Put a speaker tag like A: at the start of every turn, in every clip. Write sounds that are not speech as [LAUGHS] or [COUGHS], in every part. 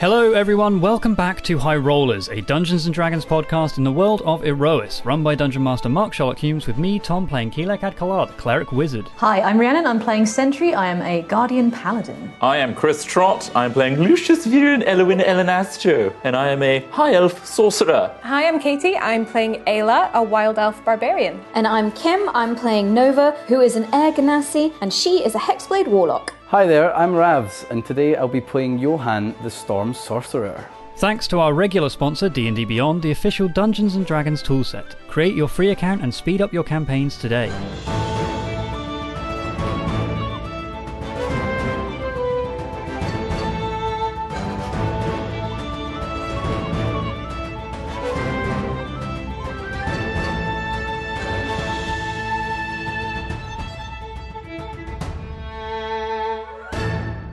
A: Hello, everyone. Welcome back to High Rollers, a Dungeons and Dragons podcast in the world of Erois, run by Dungeon Master Mark Sherlock Humes, with me, Tom, playing Kelek Adkalad, cleric wizard.
B: Hi, I'm Rhiannon. I'm playing Sentry. I am a Guardian Paladin.
C: I am Chris Trott. I'm playing Lucius Viren Elwin Elenastro, and I am a high elf sorcerer.
D: Hi, I'm Katie. I'm playing Ayla, a wild elf barbarian.
E: And I'm Kim. I'm playing Nova, who is an Air Ganassi, and she is a Hexblade Warlock.
F: Hi there, I'm Ravs, and today I'll be playing Johan, the Storm Sorcerer.
A: Thanks to our regular sponsor, D&D Beyond, the official Dungeons and Dragons toolset. Create your free account and speed up your campaigns today.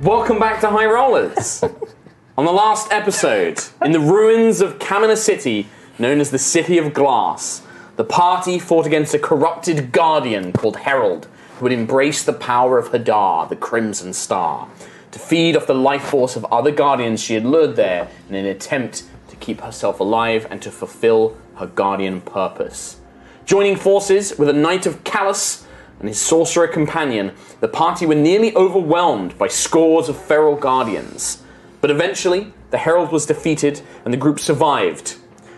G: Welcome back to High Rollers. On the last episode, in the ruins of Kamina City, known as the City of Glass, the party fought against a corrupted guardian called Herald, who had embraced the power of Hadar, the Crimson Star, to feed off the life force of other guardians she had lured there in an attempt to keep herself alive and to fulfill her guardian purpose. Joining forces with a Knight of Callus and his sorcerer companion, the party were nearly overwhelmed by scores of feral guardians. But eventually, the Herald was defeated and the group survived.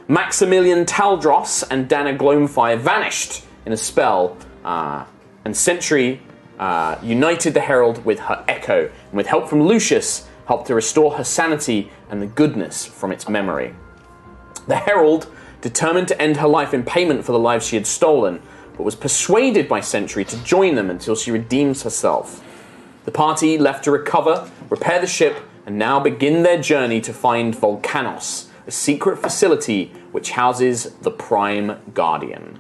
G: Maximilian Taldros and Dana Gloamfire vanished in a spell, uh, and Sentry uh, united the Herald with her Echo, and with help from Lucius, helped to restore her sanity and the goodness from its memory. The Herald, determined to end her life in payment for the lives she had stolen, but was persuaded by Sentry to join them until she redeems herself. The party left to recover, repair the ship, and now begin their journey to find Volcanos, a secret facility which houses the Prime Guardian.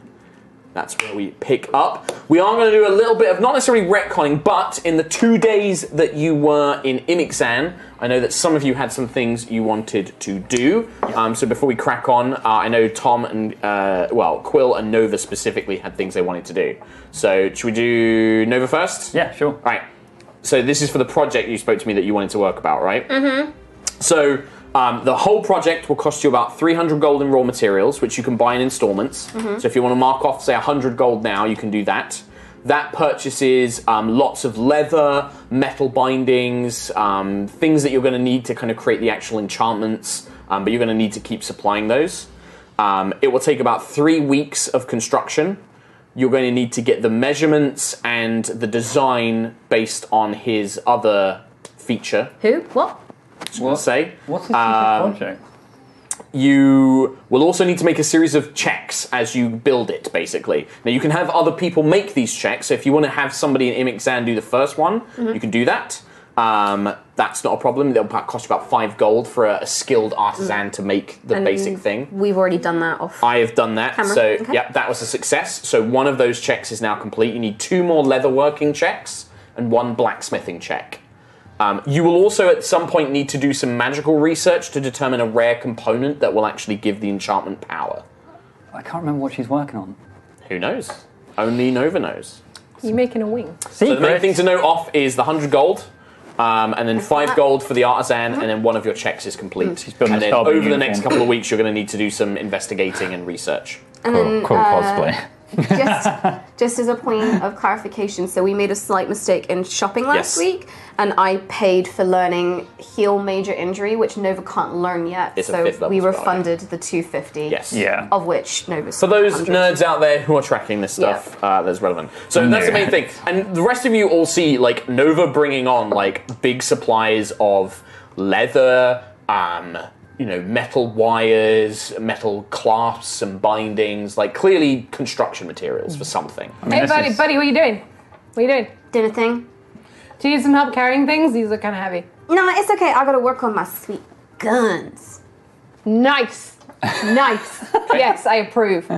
G: That's where we pick up. We are going to do a little bit of not necessarily retconning, but in the two days that you were in Imixan, I know that some of you had some things you wanted to do. Um, so before we crack on, uh, I know Tom and uh, well Quill and Nova specifically had things they wanted to do. So should we do Nova first?
A: Yeah, sure.
G: All right. So this is for the project you spoke to me that you wanted to work about, right? Mm-hmm. So um, the whole project will cost you about 300 gold in raw materials, which you can buy in installments. So if you want to mark off, say, 100 gold now, you can do that. That purchases um, lots of leather, metal bindings, um, things that you're going to need to kind of create the actual enchantments, um, but you're going to need to keep supplying those. Um, it will take about three weeks of construction. You're going to need to get the measurements and the design based on his other feature.
E: Who? What?
G: What? Say.
A: What's this
G: Um,
A: project?
G: you will also need to make a series of checks as you build it, basically. Now, you can have other people make these checks, so if you want to have somebody in Imixan do the first one, you can do that. Um, that's not a problem. They'll cost about five gold for a, a skilled artisan to make the basic thing.
E: We've already done that
G: [LAUGHS]
E: off.
G: I have done that.
E: Camera.
G: So,
E: Okay.
G: yep, that was a success. So, one of those checks is now complete. You need two more leatherworking checks and one blacksmithing check. Um, you will also at some point need to do some magical research to determine a rare component that will actually give the enchantment power.
A: I can't remember what she's working on.
G: Who knows? Only Nova knows.
D: You making a wing?
G: So, the main thing to note off is the 100 gold. Um, and then five gold for the artisan, and then one of your checks is complete.
C: building
G: And
C: a
G: then
C: starboard
G: over the next
C: uniform.
G: couple of weeks, you're going to need to do some investigating and research.
H: And
C: Cool,
H: then,
C: cool
H: uh,
C: cosplay.
H: just, just as a point of clarification, so we made a slight mistake in shopping last
G: Yes.
H: week, and I paid for learning heal major injury, which Nova can't learn yet.
G: It's a
H: so
G: fifth level
H: we
G: spell,
H: refunded the 250.
G: Yes.
C: Yeah.
H: Of which Nova's.
G: For those nerds out there who are tracking this
H: Yeah.
G: stuff, uh, that's relevant. So that's the main thing. And the rest of you all see like Nova bringing on like big supplies of leather, um, you know, metal wires, metal clasps and bindings, like clearly construction materials for something.
D: hey, buddy, buddy, what are you doing? What are you doing?
H: Dinner thing?
D: Do you need some help carrying things? These look kind of heavy.
H: No, it's okay. I gotta work on my sweet guns.
D: Nice, nice. [LAUGHS] yes, I approve.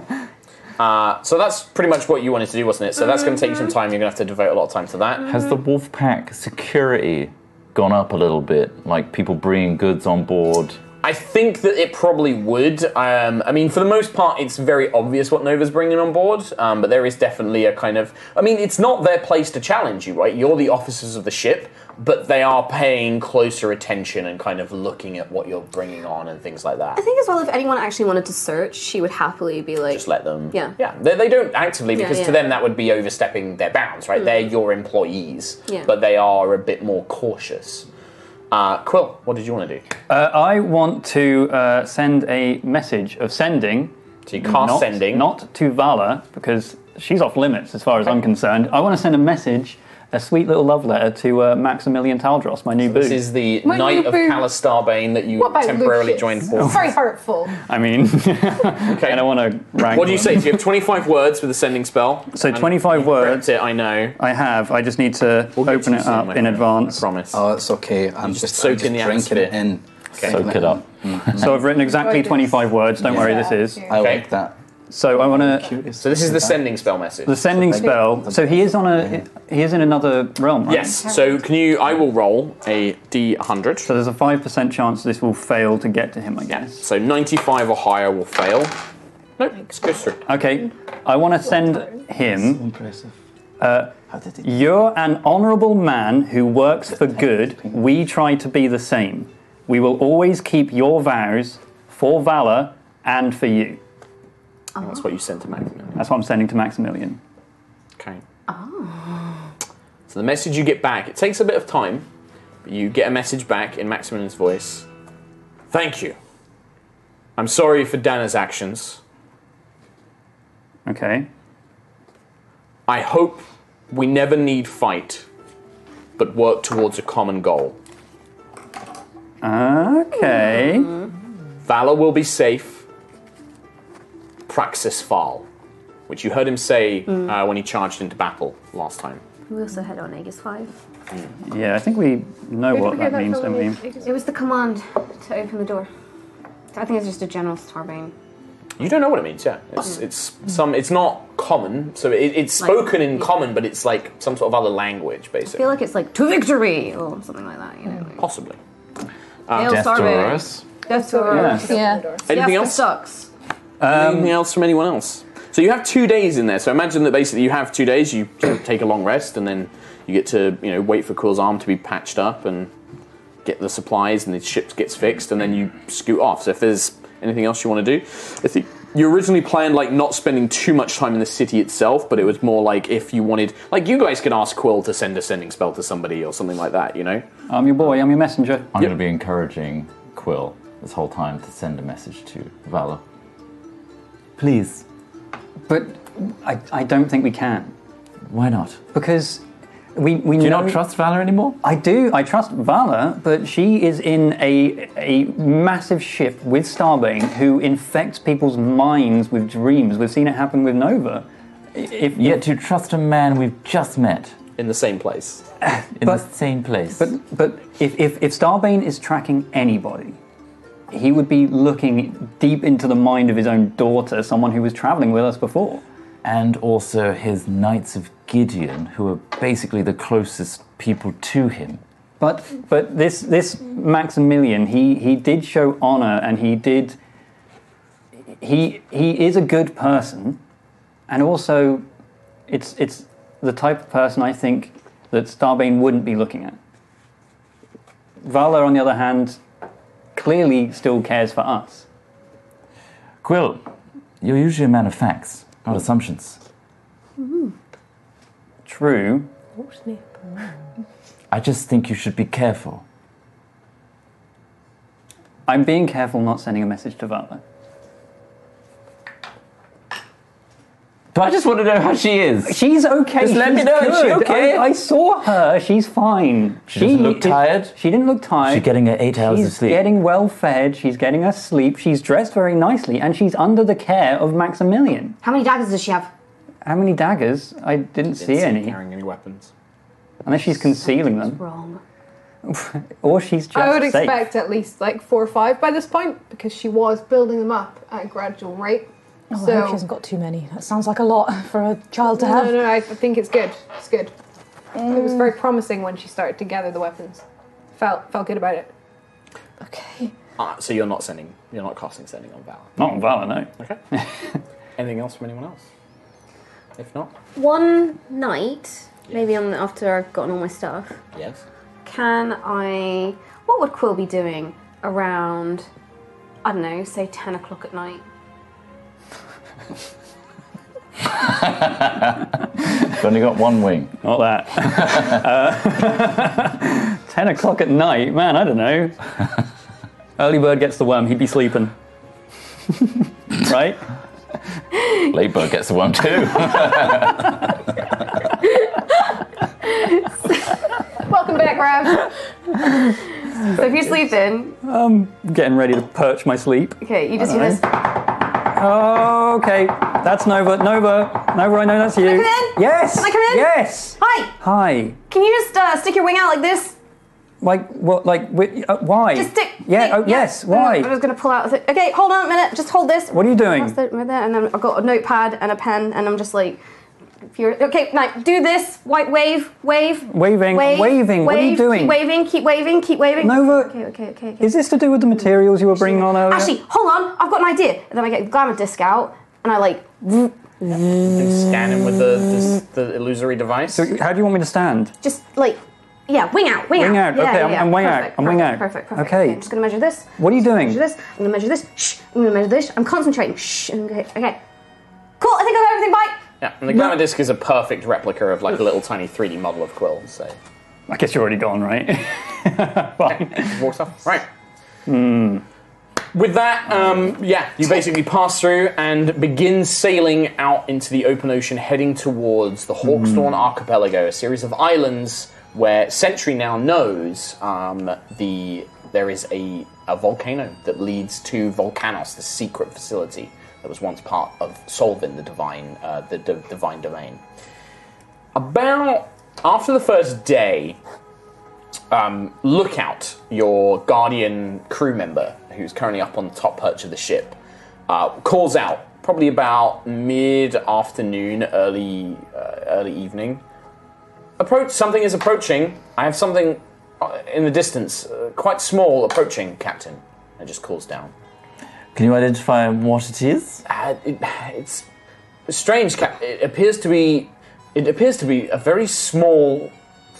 G: Uh, so that's pretty much what you wanted to do, wasn't it? So that's going to take you some time. You're going to have to devote a lot of time to that.
C: Has the Wolfpack security gone up a little bit? Like people bringing goods on board?
G: I think that it probably would. Um, I mean, for the most part, it's very obvious what Nova's bringing on board, um, but there is definitely a kind of. I mean, it's not their place to challenge you, right? You're the officers of the ship. but they are paying closer attention and kind of looking at what you're bringing on and things like that.
H: I think as well, if anyone actually wanted to search, she would happily be like,
G: just let them.
H: Yeah.
G: Yeah. They, they don't actively because to
H: yeah. Hmm.
G: them that would be overstepping their bounds, right? They're your employees,
H: Yeah.
G: but they are a bit more cautious. Uh, Quill, what did you want to do?
A: Uh, I want to uh, send a message of sending.
G: So you cast
A: not,
G: sending.
A: Not to Vala, because she's off limits as far as I'm concerned. I want to send a message, a sweet little love letter to uh, Maximilian Taldros, my new boo.
G: This is the
D: When
G: Knight
D: you
G: of
D: boo-
G: Callus Starbane that you
D: What about
G: temporarily
D: Lucius?
G: joined for.
D: Very hurtful.
A: I mean, [LAUGHS]
G: Okay.
A: I don't want to rank.
G: What do you
A: them.
G: say? So you have 25 words with the sending spell.
A: So
G: And
A: 25
G: you've wrecked
A: words.
G: It, I know.
A: I have. I just need to
G: We'll get
A: open
G: you
A: it
G: soon,
A: up
G: my
A: in
G: friend, I
A: advance. Oh,
G: promise.
F: Oh, it's okay. I'm
G: just soak in the atmosphere.
F: in.
G: Soak
C: it up.
A: So I've written exactly
D: Gorgeous.
A: 25 words. Don't worry,
D: Yeah.
A: this is.
F: I
G: Okay.
F: like that.
A: So I want to.
G: so this is the sending spell message.
A: The sending spell. So he is on a. He is in another realm. Right?
G: yes. So can you? I will roll a d100.
A: So there's a five percent chance this will fail to get to him. I guess.
G: So 95 or higher will fail. Nope, it goes through.
A: Okay. I want to send him.
F: Impressive. How did it?
A: You're an honourable man who works for good. We try to be the same. We will always keep your vows for Valor and for you.
D: Uh-huh.
G: That's what you sent to Magnum.
A: That's what I'm sending to Maximilian.
G: Okay. Ah. So the message you get back, it takes a bit of time, but you get a message back in Maximilian's voice. Thank you. I'm sorry for Dana's actions.
A: Okay.
G: I hope we never need fight, but work towards a common goal.
A: Okay.
G: Valor will be safe. Praxis fall, which you heard him say uh, when he charged into battle last time.
H: we also had on Aegis 5.
A: Yeah, I think we know what that means, don't we?
H: It was the command to open the door. I think it's just a general Starbane.
G: You don't know what it means, yeah. It's, it's some. It's not common, so it,
H: Mm.
G: it's
H: Like,
G: spoken in
H: yeah.
G: common, but it's like some sort of other language,
H: I feel
G: basically.
H: like it's like to victory or something like that, you know. Like,
G: Possibly.
H: Hail
G: Ah, Death
H: Starbane. Death to us.
I: Yeah.
G: Anything else?
H: sucks.
G: Anything else from anyone else? So you have two days in there. So imagine that basically you have two days. You sort of take a long rest, and then you get to you know wait for Quill's arm to be patched up and get the supplies, and the ship gets fixed, and then you scoot off. So if there's anything else you want to do, I think you originally planned like not spending too much time in the city itself, but it was more like if you wanted, like you guys could ask Quill to send a sending spell to somebody or something like that. You know,
A: I'm your boy, I'm your messenger.
C: I'm going to be encouraging Quill this whole time to send a message to Valor. Please,
A: But I, I don't think we can.
C: why not?
A: Because we, we
C: Do you
A: know.
C: not trust Valor anymore?
A: I do. I trust Vala, but she is in a a massive shift with Starbane, who infects people's minds with dreams. We've seen it happen with Nova. I- If
C: Yet to trust a man we've just met
G: in the same place.
C: in
A: But-
C: the same place.
A: but but if, if if Starbane is tracking anybody, he would be looking deep into the mind of his own daughter, someone who was traveling with us before.
C: and also his Knights of Gideon, who are basically the closest people to him.
A: But but this this Maximilian, he he did show honor and he did. He he is a good person, and also, it's it's the type of person I think that Starbane wouldn't be looking at. Valor, on the other hand, clearly still cares for us.
C: Quill, you're usually a man of facts, not assumptions.
A: True.
C: I just think you should be careful.
A: I'm being careful not sending a message to Valor.
C: Do I just want to know how she is?
A: She's okay.
C: Just let me
A: she's
C: know, is she
A: good.
C: okay?
A: I, I saw her. She's fine. She,
C: doesn't look tired?
A: She didn't look tired.
C: She's getting her eight hours of
A: She's
C: sleep.
A: getting well fed, she's getting her sleep, she's dressed very nicely, and she's under the care of Maximilian.
H: How many daggers does she have?
A: How many daggers? I didn't see any.
G: carrying any weapons.
A: Unless she's concealing them.
H: Wrong.
A: Or she's just
D: I would
A: safe.
D: expect at least like four or five by this point because she was building them up at a gradual rate.
B: Oh, I
D: so
B: hope she hasn't got too many. That sounds like a lot [LAUGHS] for a child to
D: no,
B: have.
D: no, I think it's good. It's good. It was very promising when she started to gather the weapons. Felt felt good about it.
B: Okay.
G: Ah, so you're not sending. You're not casting sending on Valor.
A: Not on Valor, no.
G: Okay. [LAUGHS] Anything else from anyone else? If not,
H: One night, maybe on after I've gotten all my stuff,
G: yes.
H: can I? What would Quill be doing around? I don't know, say ten o'clock at night.
C: I've only got one wing.
A: Not that. [LAUGHS] Uh, 10 o'clock at night, man, I don't
C: [LAUGHS]
A: know. Early bird gets the worm, he'd be sleeping. [LAUGHS] right?
C: Late bird gets the worm too.
D: Welcome back, Rav.
H: [LAUGHS] So if you're sleeping,
A: Getting ready to perch my sleep.
H: okay, you just hear this.
A: Oh, okay. That's Nova. Nova. Nova, I know that's you.
H: Can I come in?
A: Yes.
H: Can I come in?
A: Yes.
H: Hi,
A: Hi.
H: can you just uh, stick your wing out like this?
A: Like, what, like, whi- uh, why?
H: Just stick.
A: Yeah, oh, yes, why?
H: I was gonna pull out. Okay, hold on a minute. Just hold this.
A: What are you doing?
H: That's it, right there, and then I've got a notepad and a pen, and I'm just like, if you're okay, now do this. White wave, wave,
A: Waving,
H: wave,
A: waving, what are you
H: wave,
A: doing?
H: Keep waving, keep waving, keep waving.
A: Nova-
H: Okay, okay, okay. okay.
A: Is this to do with the materials you were bringing on earlier?
H: Actually, hold on. I've got an idea. And then I get the glamour disc out, and I like.
G: Scan him with the, this, the illusory device.
A: So how do you want me to stand?
H: just like yeah, wing out, wing,
A: Wing
H: out.
A: out,
H: Yeah,
A: okay,
H: yeah,
A: I'm-
H: yeah.
A: I'm wing out,
H: Perfect,
A: I'm wing
H: perfect,
A: out.
H: Perfect, perfect.
A: Okay.
H: I'm just gonna measure this.
A: What are you doing?
H: Measure this. I'm gonna measure this. Shh. I'm gonna measure this. I'm concentrating. Shh. I'm gonna, okay. Cool. I think I've got everything. Bye.
G: Yeah, and the glamour disc is a perfect replica of like a little tiny 3D model of Quill. So
A: I guess you're already gone, right? [LAUGHS] Fine.
G: walks off. Right. With that, um, yeah, you basically pass through and begin sailing out into the open ocean, heading towards the Hawksthorn Archipelago, a series of islands where Sentry now knows um, the there is a, a volcano that leads to Volcanos, the secret facility that was once part of Solvin, the divine, uh, the d- divine domain. About after the first day, um, look out your guardian crew member who's currently up on the top perch of the ship uh, calls out probably about mid afternoon early uh, early evening approach something is approaching i have something uh, in the distance uh, quite small approaching captain and just calls down
C: Can you identify what it is?
G: uh, it, it's strange. Cap- It appears to be. It appears to be a very small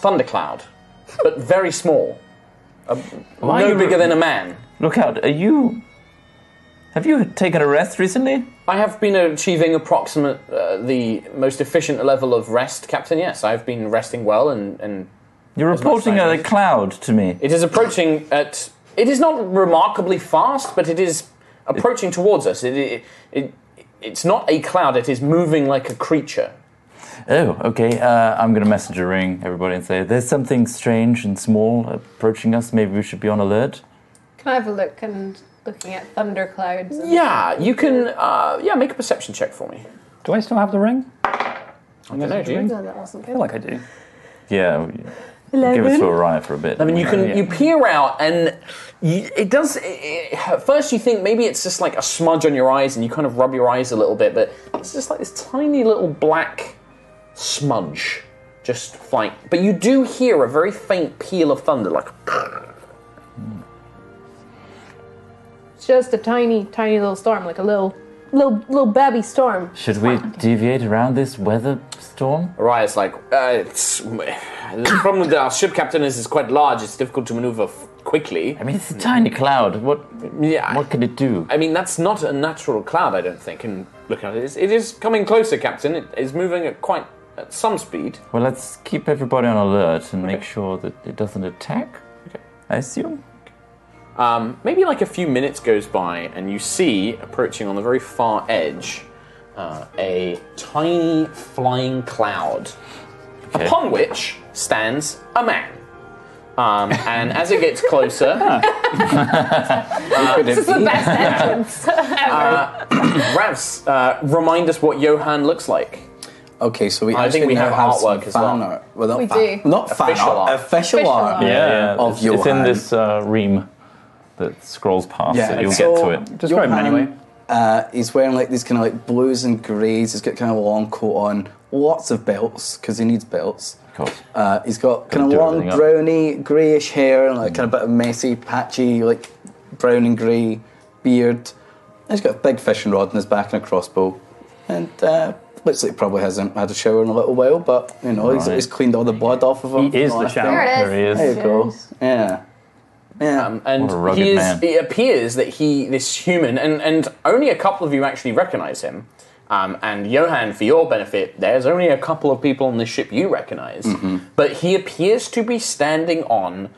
G: thundercloud, but very small. Uh,
C: Why
G: no
C: you-
G: bigger than a man.
C: Look out, are you. Have you taken a rest recently?
G: I have been achieving approximate uh, the most efficient level of rest, Captain. Yes, I've been resting well, and, and
C: You're
G: much
C: reporting
G: time
C: a
G: as-
C: cloud to me.
G: it is approaching at. It is not remarkably fast, but it is approaching towards us. It, it, it, it's not a cloud. It is moving like a creature.
C: Oh, okay. Uh, I'm going to message a ring, everybody, and say there's something strange and small approaching us. Maybe we should be on alert.
D: Can I have a look and looking at thunder clouds? And
G: Yeah, you can. Uh, yeah, make a perception check for me.
A: do I still have the ring?
G: I don't know, do you?
D: that wasn't
A: I feel like I do.
C: Yeah. we- Give it to Orion for a bit.
G: I mean, you can you peer out, and you, it does. It, it, at first, you think maybe it's just like a smudge on your eyes, and you kind of rub your eyes a little bit, but it's just like this tiny little black smudge, just flying. But you do hear a very faint peal of thunder, like [CLEARS THROAT]
D: It's just a tiny, tiny little storm, like a little, little, little baby storm.
C: Should we deviate around this weather storm?
G: Raya's like, uh, it's, [SIGHS] the problem with our ship captain is it's quite large. It's difficult to maneuver f- quickly.
C: I mean, it's a tiny cloud. What?
G: Yeah, I-
C: What could it do?
G: I mean, that's not a natural cloud, I don't think. And looking at it, it's, it is coming closer, Captain. It is moving at quite at some speed.
C: Well, let's keep everybody on alert and make sure that it doesn't attack. I assume.
G: Um, maybe like a few minutes goes by, and you see approaching on the very far edge uh, a tiny flying cloud,
C: Okay.
G: upon which stands a man. Um, and as it gets closer,
D: This is the best entrance ever.
G: Ravs, uh, remind us what Johan looks like.
F: Okay, so we
G: I
F: actually
G: think we
F: now
G: have
F: some
G: artwork as
F: fan
G: well.
F: art. Well, not
D: We
F: fan,
D: do.
F: Not fan
G: Official
F: art.
G: art.
F: Official
D: Official
F: art.
D: art. Yeah,
F: Of
C: it's, it's in
F: Johan.
C: this uh, ream that scrolls past.
F: Yeah,
C: it. you'll
F: so
C: get to it.
A: Describe him
F: Johan,
A: anyway.
F: Uh, he's wearing like these kind of like blues and greys. He's got kind of a long coat on, lots of belts because he needs belts.
C: Of course.
F: Uh, he's got kind
C: do
F: of long
C: everything up.
F: browny greyish hair and like kind of bit of messy, patchy, like brown and grey beard. And he's got a big fishing rod in his back and a crossbow. and uh, looks like he probably hasn't had a shower in a little while, but you know he's,
C: Right.
F: he's cleaned all the blood off of him.
A: He is the shower. There it is. There he is.
F: There you go. Yeah. Yeah.
G: Um, and
F: What a rugged
G: he is,
F: man.
G: it appears that he, this human, and, and only a couple of you actually recognize him. Um, and Johan, for your benefit, there's only a couple of people on this ship you recognize.
F: Mm-hmm.
G: But he appears to be standing on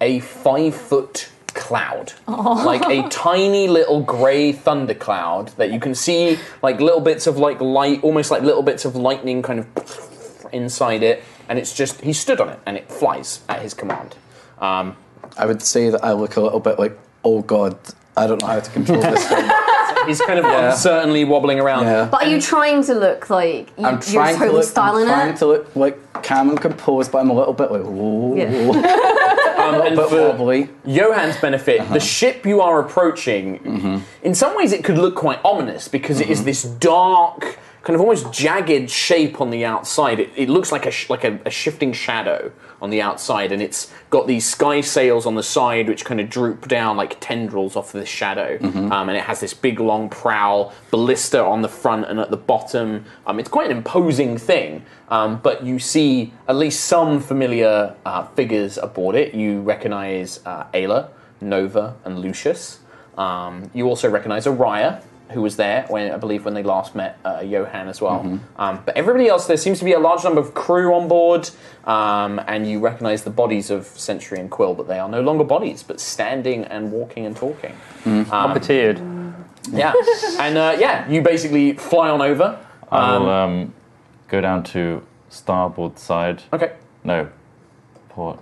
G: a five foot cloud.
J: Oh.
G: Like a tiny little grey thundercloud that you can see, like little bits of like light, almost like little bits of lightning kind of inside it. And it's just, he stood on it and it flies at his command. Um,
F: I would say that I look a little bit like, oh god, I don't know how to control this. thing.
G: He's kind of uncertainly wobbling around. Um,
K: But are you trying to look like you,
F: I'm
K: you're
F: trying
K: totally
F: to look, I'm
K: styling
F: trying
K: it?
F: to look like calm and composed, but I'm a little bit like, whoa. [LAUGHS]
G: Um, and for Johann's benefit, the ship you are approaching, in some ways, it could look quite ominous because it is this dark, kind of almost jagged shape on the outside. It, it looks like a sh- like a, a shifting shadow on the outside, and it's got these sky sails on the side which kind of droop down like tendrils off of this shadow. Um, and it has this big, long prow, ballista on the front and at the bottom. Um, it's quite an imposing thing. Um, but you see at least some familiar uh, figures aboard it. You recognize uh, Ayla, Nova, and Lucius. Um, you also recognize Araya, who was there when I believe when they last met uh, Johan as well. Um, but everybody else, there seems to be a large number of crew on board, um, and you recognize the bodies of Century and Quill, but they are no longer bodies, but standing and walking and talking. Um,
A: Puppeteered.
G: Yeah, and uh, yeah, you basically fly on over.
C: I'll um, go down to starboard side.
G: Okay.
C: No, port.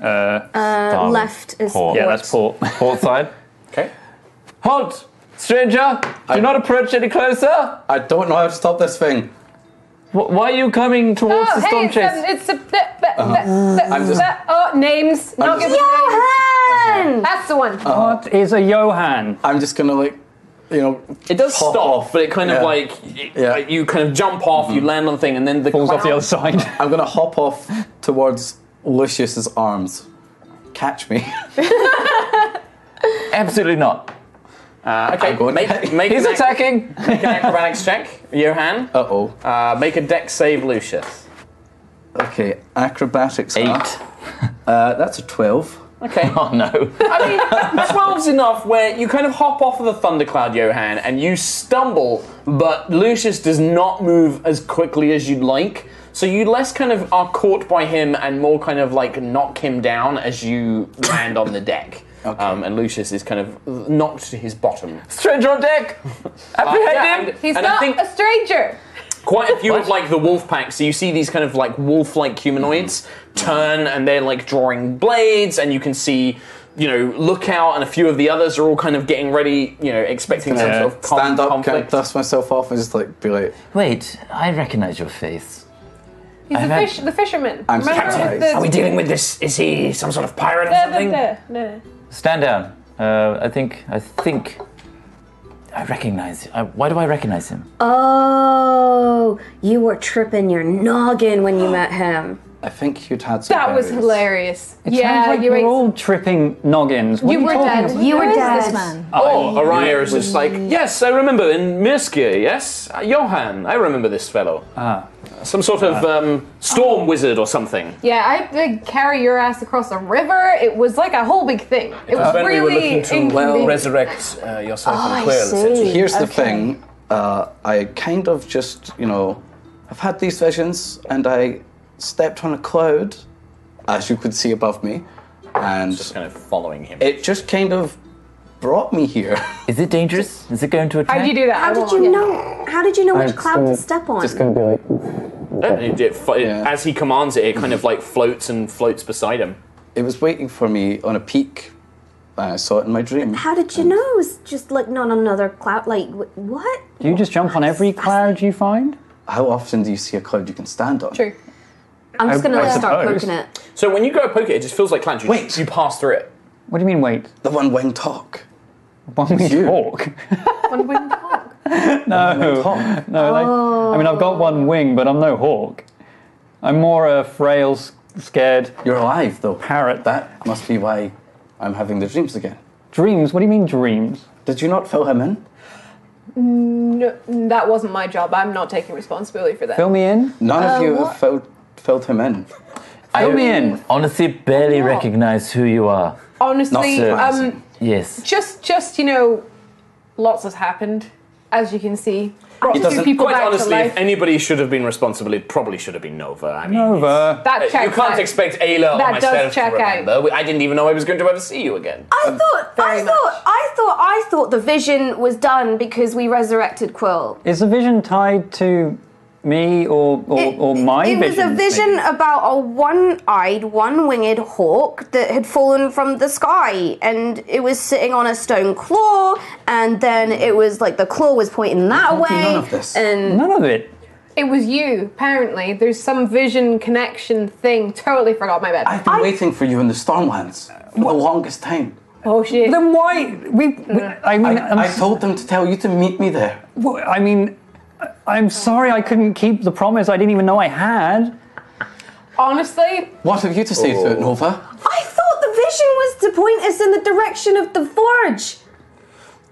A: Uh,
K: Uh, left is
C: port.
K: port.
A: port.
C: port side.
G: Okay.
C: Halt, stranger! Do not approach any closer.
F: I don't know how to stop this thing.
C: why are you coming towards
D: Oh,
C: the storm
D: hey, it's,
C: chase?
D: um, it's a, the, the,
F: Uh-huh.
D: the, the,
F: I'm just-
D: the, oh, names.
F: I'm
D: Not
F: just-
D: giving Johan! That's the one.
A: What is a Johan?
F: I'm just gonna like, you know.
G: It does
F: pop
G: stop,
F: off.
G: but it kind
F: Yeah.
G: of like, it- like, you kind of jump off, you land on the thing, and then the Mm-hmm. falls off the other
A: side.
F: I'm gonna hop off towards Lucius's arms. Catch me.
C: [LAUGHS]
F: [LAUGHS]
C: Absolutely not.
G: Uh, okay, [LAUGHS] make, make
C: He's
G: an ac-
C: attacking.
G: make an acrobatics check, Johan.
F: Uh-oh.
G: Uh Make a deck save, Lucius.
F: Okay, acrobatics. Eight. Uh, that's a twelve.
G: Okay.
C: Oh no.
G: I mean, 12's enough where you kind of hop off of the thundercloud, Johan, and you stumble, but Lucius does not move as quickly as you'd like. So you less kind of are caught by him and more kind of like knock him down as you land on the deck. Um, and Lucius is kind of knocked to his bottom.
C: Stranger on deck! Uh,
G: Apprehend him!
D: He's
G: And I
D: not
G: think-
D: a stranger.
G: quite a few of like the wolf pack. So you see these kind of like wolf-like humanoids turn, and they're like drawing blades, and you can see. You know, lookout and a few of the others are all kind of getting ready. You know, expecting some sort of com-
F: stand up, kind
G: conflict.
F: of dust myself off, and just like be like,
C: [LAUGHS] Wait, I recognize your face.
D: He's
C: I've
D: the,
C: had-
D: fish, the fisherman.
C: I'm
D: Remember
C: surprised.
D: with the-
C: Are we
G: dealing with this? Is he some sort of pirate
D: There, there, there. No, no.
C: Stand down. Uh, I think. I think. I recognize. I, why do I recognize him?
H: Oh, you were tripping your noggin when you met him.
F: I think you'd had some.
D: That was
F: berries."
D: hilarious.
A: It
D: yeah,
A: sounds like
D: you're
A: we're all tripping noggins. What
D: You
A: are you
D: were
A: talking
D: dead.
A: about?
D: You were
A: Who is
D: dead.
A: this man?
G: Oh, Araya is just like, yes, I remember in Mirskia, yes? Uh, Johan, I remember this fellow. Ah. Some sort of um, storm wizard or something.
D: Yeah, I had to carry your ass across a river. It was like a whole big thing. It was really inconvenient.
G: resurrect uh, yourself
D: Oh, I see.
F: Here's the
D: Okay.
F: thing. Uh, I kind of just, you know, I've had these visions, and I stepped on a cloud, as you could see above me, and
G: just kind of following him.
F: It just kind of brought me
A: [LAUGHS]
F: here.
C: Is it dangerous? Is it going to attack?
H: How'd you do that? How I did won't. you know- how did you know which I'm cloud to gonna- step on? just
C: going to be like.
G: Yeah, it- it fo- it- As he commands it, it kind of like floats and floats beside him.
F: It was waiting for me on a peak. and I saw it in my dream.
H: How did you know? It's just like not another cloud. Like wh- what?
F: Do you just
A: jump on every cloud you find?
F: How often do you see a cloud you can stand on?
D: True.
H: I'm just
A: I-
H: gonna
A: I
H: like, start
A: suppose.
H: poking it.
G: So when you go poke it, it just feels like clouds. You, Wait. you pass through it.
A: What do you mean, wait?
F: The one wing talk.
A: One wing talk?
D: One wing talk.
A: No. [LAUGHS] No, like, I mean, I've got one wing, but I'm no hawk. I'm more a frail, s- scared.
F: You're alive, though.
A: Parrot.
F: That must be why I'm having the dreams again.
A: Dreams? What do you mean, dreams?
F: Did you not fill him in?
D: [LAUGHS] No, that wasn't my job. I'm not taking responsibility for that.
A: Fill me in.
F: None
D: Uh,
F: of you
D: what-
F: have filled, filled him in.
G: I honestly barely recognize who you are.
D: Honestly,
G: Not so-
D: um,
G: yes.
D: just just you know, lots has happened, as you can see. Brought two people
L: quite
D: back to
L: honestly, if
D: life.
L: anybody should have been responsible, it probably should have been Nova. I mean, uh,
A: Nova.
D: That
L: you
D: checks
L: can't
D: out.
L: expect Ayla
D: That
L: or
D: does
L: myself
D: check
L: to
D: out.
L: remember. We- I didn't even know I was going to ever see you again.
H: I thought, I thought, I thought, I thought the vision was done because we resurrected Quill.
A: Is the vision tied to me or or, or my
H: it was
A: vision?
H: a vision about a one-eyed, one-winged hawk that had fallen from the sky, and it was sitting on a stone claw, and then it was like the claw was pointing that
A: can't do
H: way,
A: none of this.
D: Uh,
H: and
A: None of it.
D: It was you, apparently. There's some vision connection thing. Totally forgot my bed.
F: I've been waiting for you in the
D: Uh,
F: Stormlands for the longest time.
D: oh shit.
A: Then why we? we I mean, I'm
F: I, I told them to tell you to meet me there.
A: Well, I mean, I- I'm sorry I couldn't keep the promise I didn't even know I had.
D: Honestly,
F: What have you to say
A: Oh.
F: to it, Nova?
H: I thought the vision was to point us in the direction of the forge.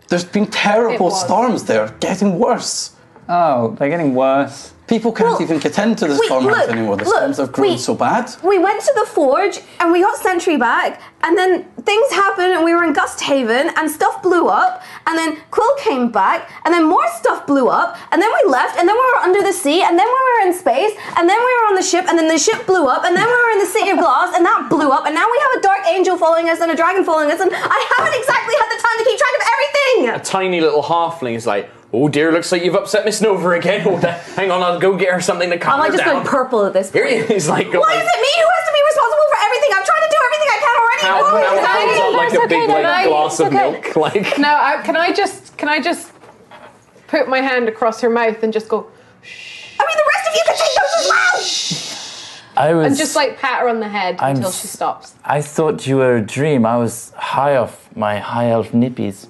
F: There's been
D: It
F: terrible
D: was.
F: storms there, getting worse.
A: Oh, they're getting worse.
F: People can't
H: Well,
F: even get into the
H: wait,
F: Stormlands
H: look,
F: anymore. The
H: look,
F: storms have grown
H: wait.
F: so bad.
H: We went to the forge and we got Sentry back, and then things happened, and we were in Gust Haven, and stuff blew up, and then Quill came back, and then more stuff blew up, and then we left, and then we were under the sea, and then we were in space, and then we were on the ship, and then the ship blew up, and then we were in the City of Glass, and that blew up, and now we have a dark angel following us, and a dragon following us, and I haven't exactly had the time to keep track of
L: A
H: everything!
L: tiny little halfling is like, oh dear, looks like you've upset Miss Nova again. [LAUGHS] Oh, da- hang on, I'll go get her something to calm
H: Am I
L: her
H: just
L: down.
H: going purple at this
L: [LAUGHS] Here
H: point?
L: he is, like,
H: Why is it me who has to be responsible for everything? I'm trying to do everything I can already.
L: How,
H: Who
L: how
H: is I?
L: comes on, like
D: it's
L: a big
D: okay, then
L: like,
D: I-
L: glass
D: it's
L: of
D: okay.
L: milk? [LAUGHS] Like,
D: no. I, can I just can I just put my hand across her mouth and just go
H: I mean, the rest of you can take those as well.
G: I was.
D: and just like pat her on the head
G: I'm
D: until
G: s-
D: she stops?
G: I thought you were a dream. I was high off my high elf nippies.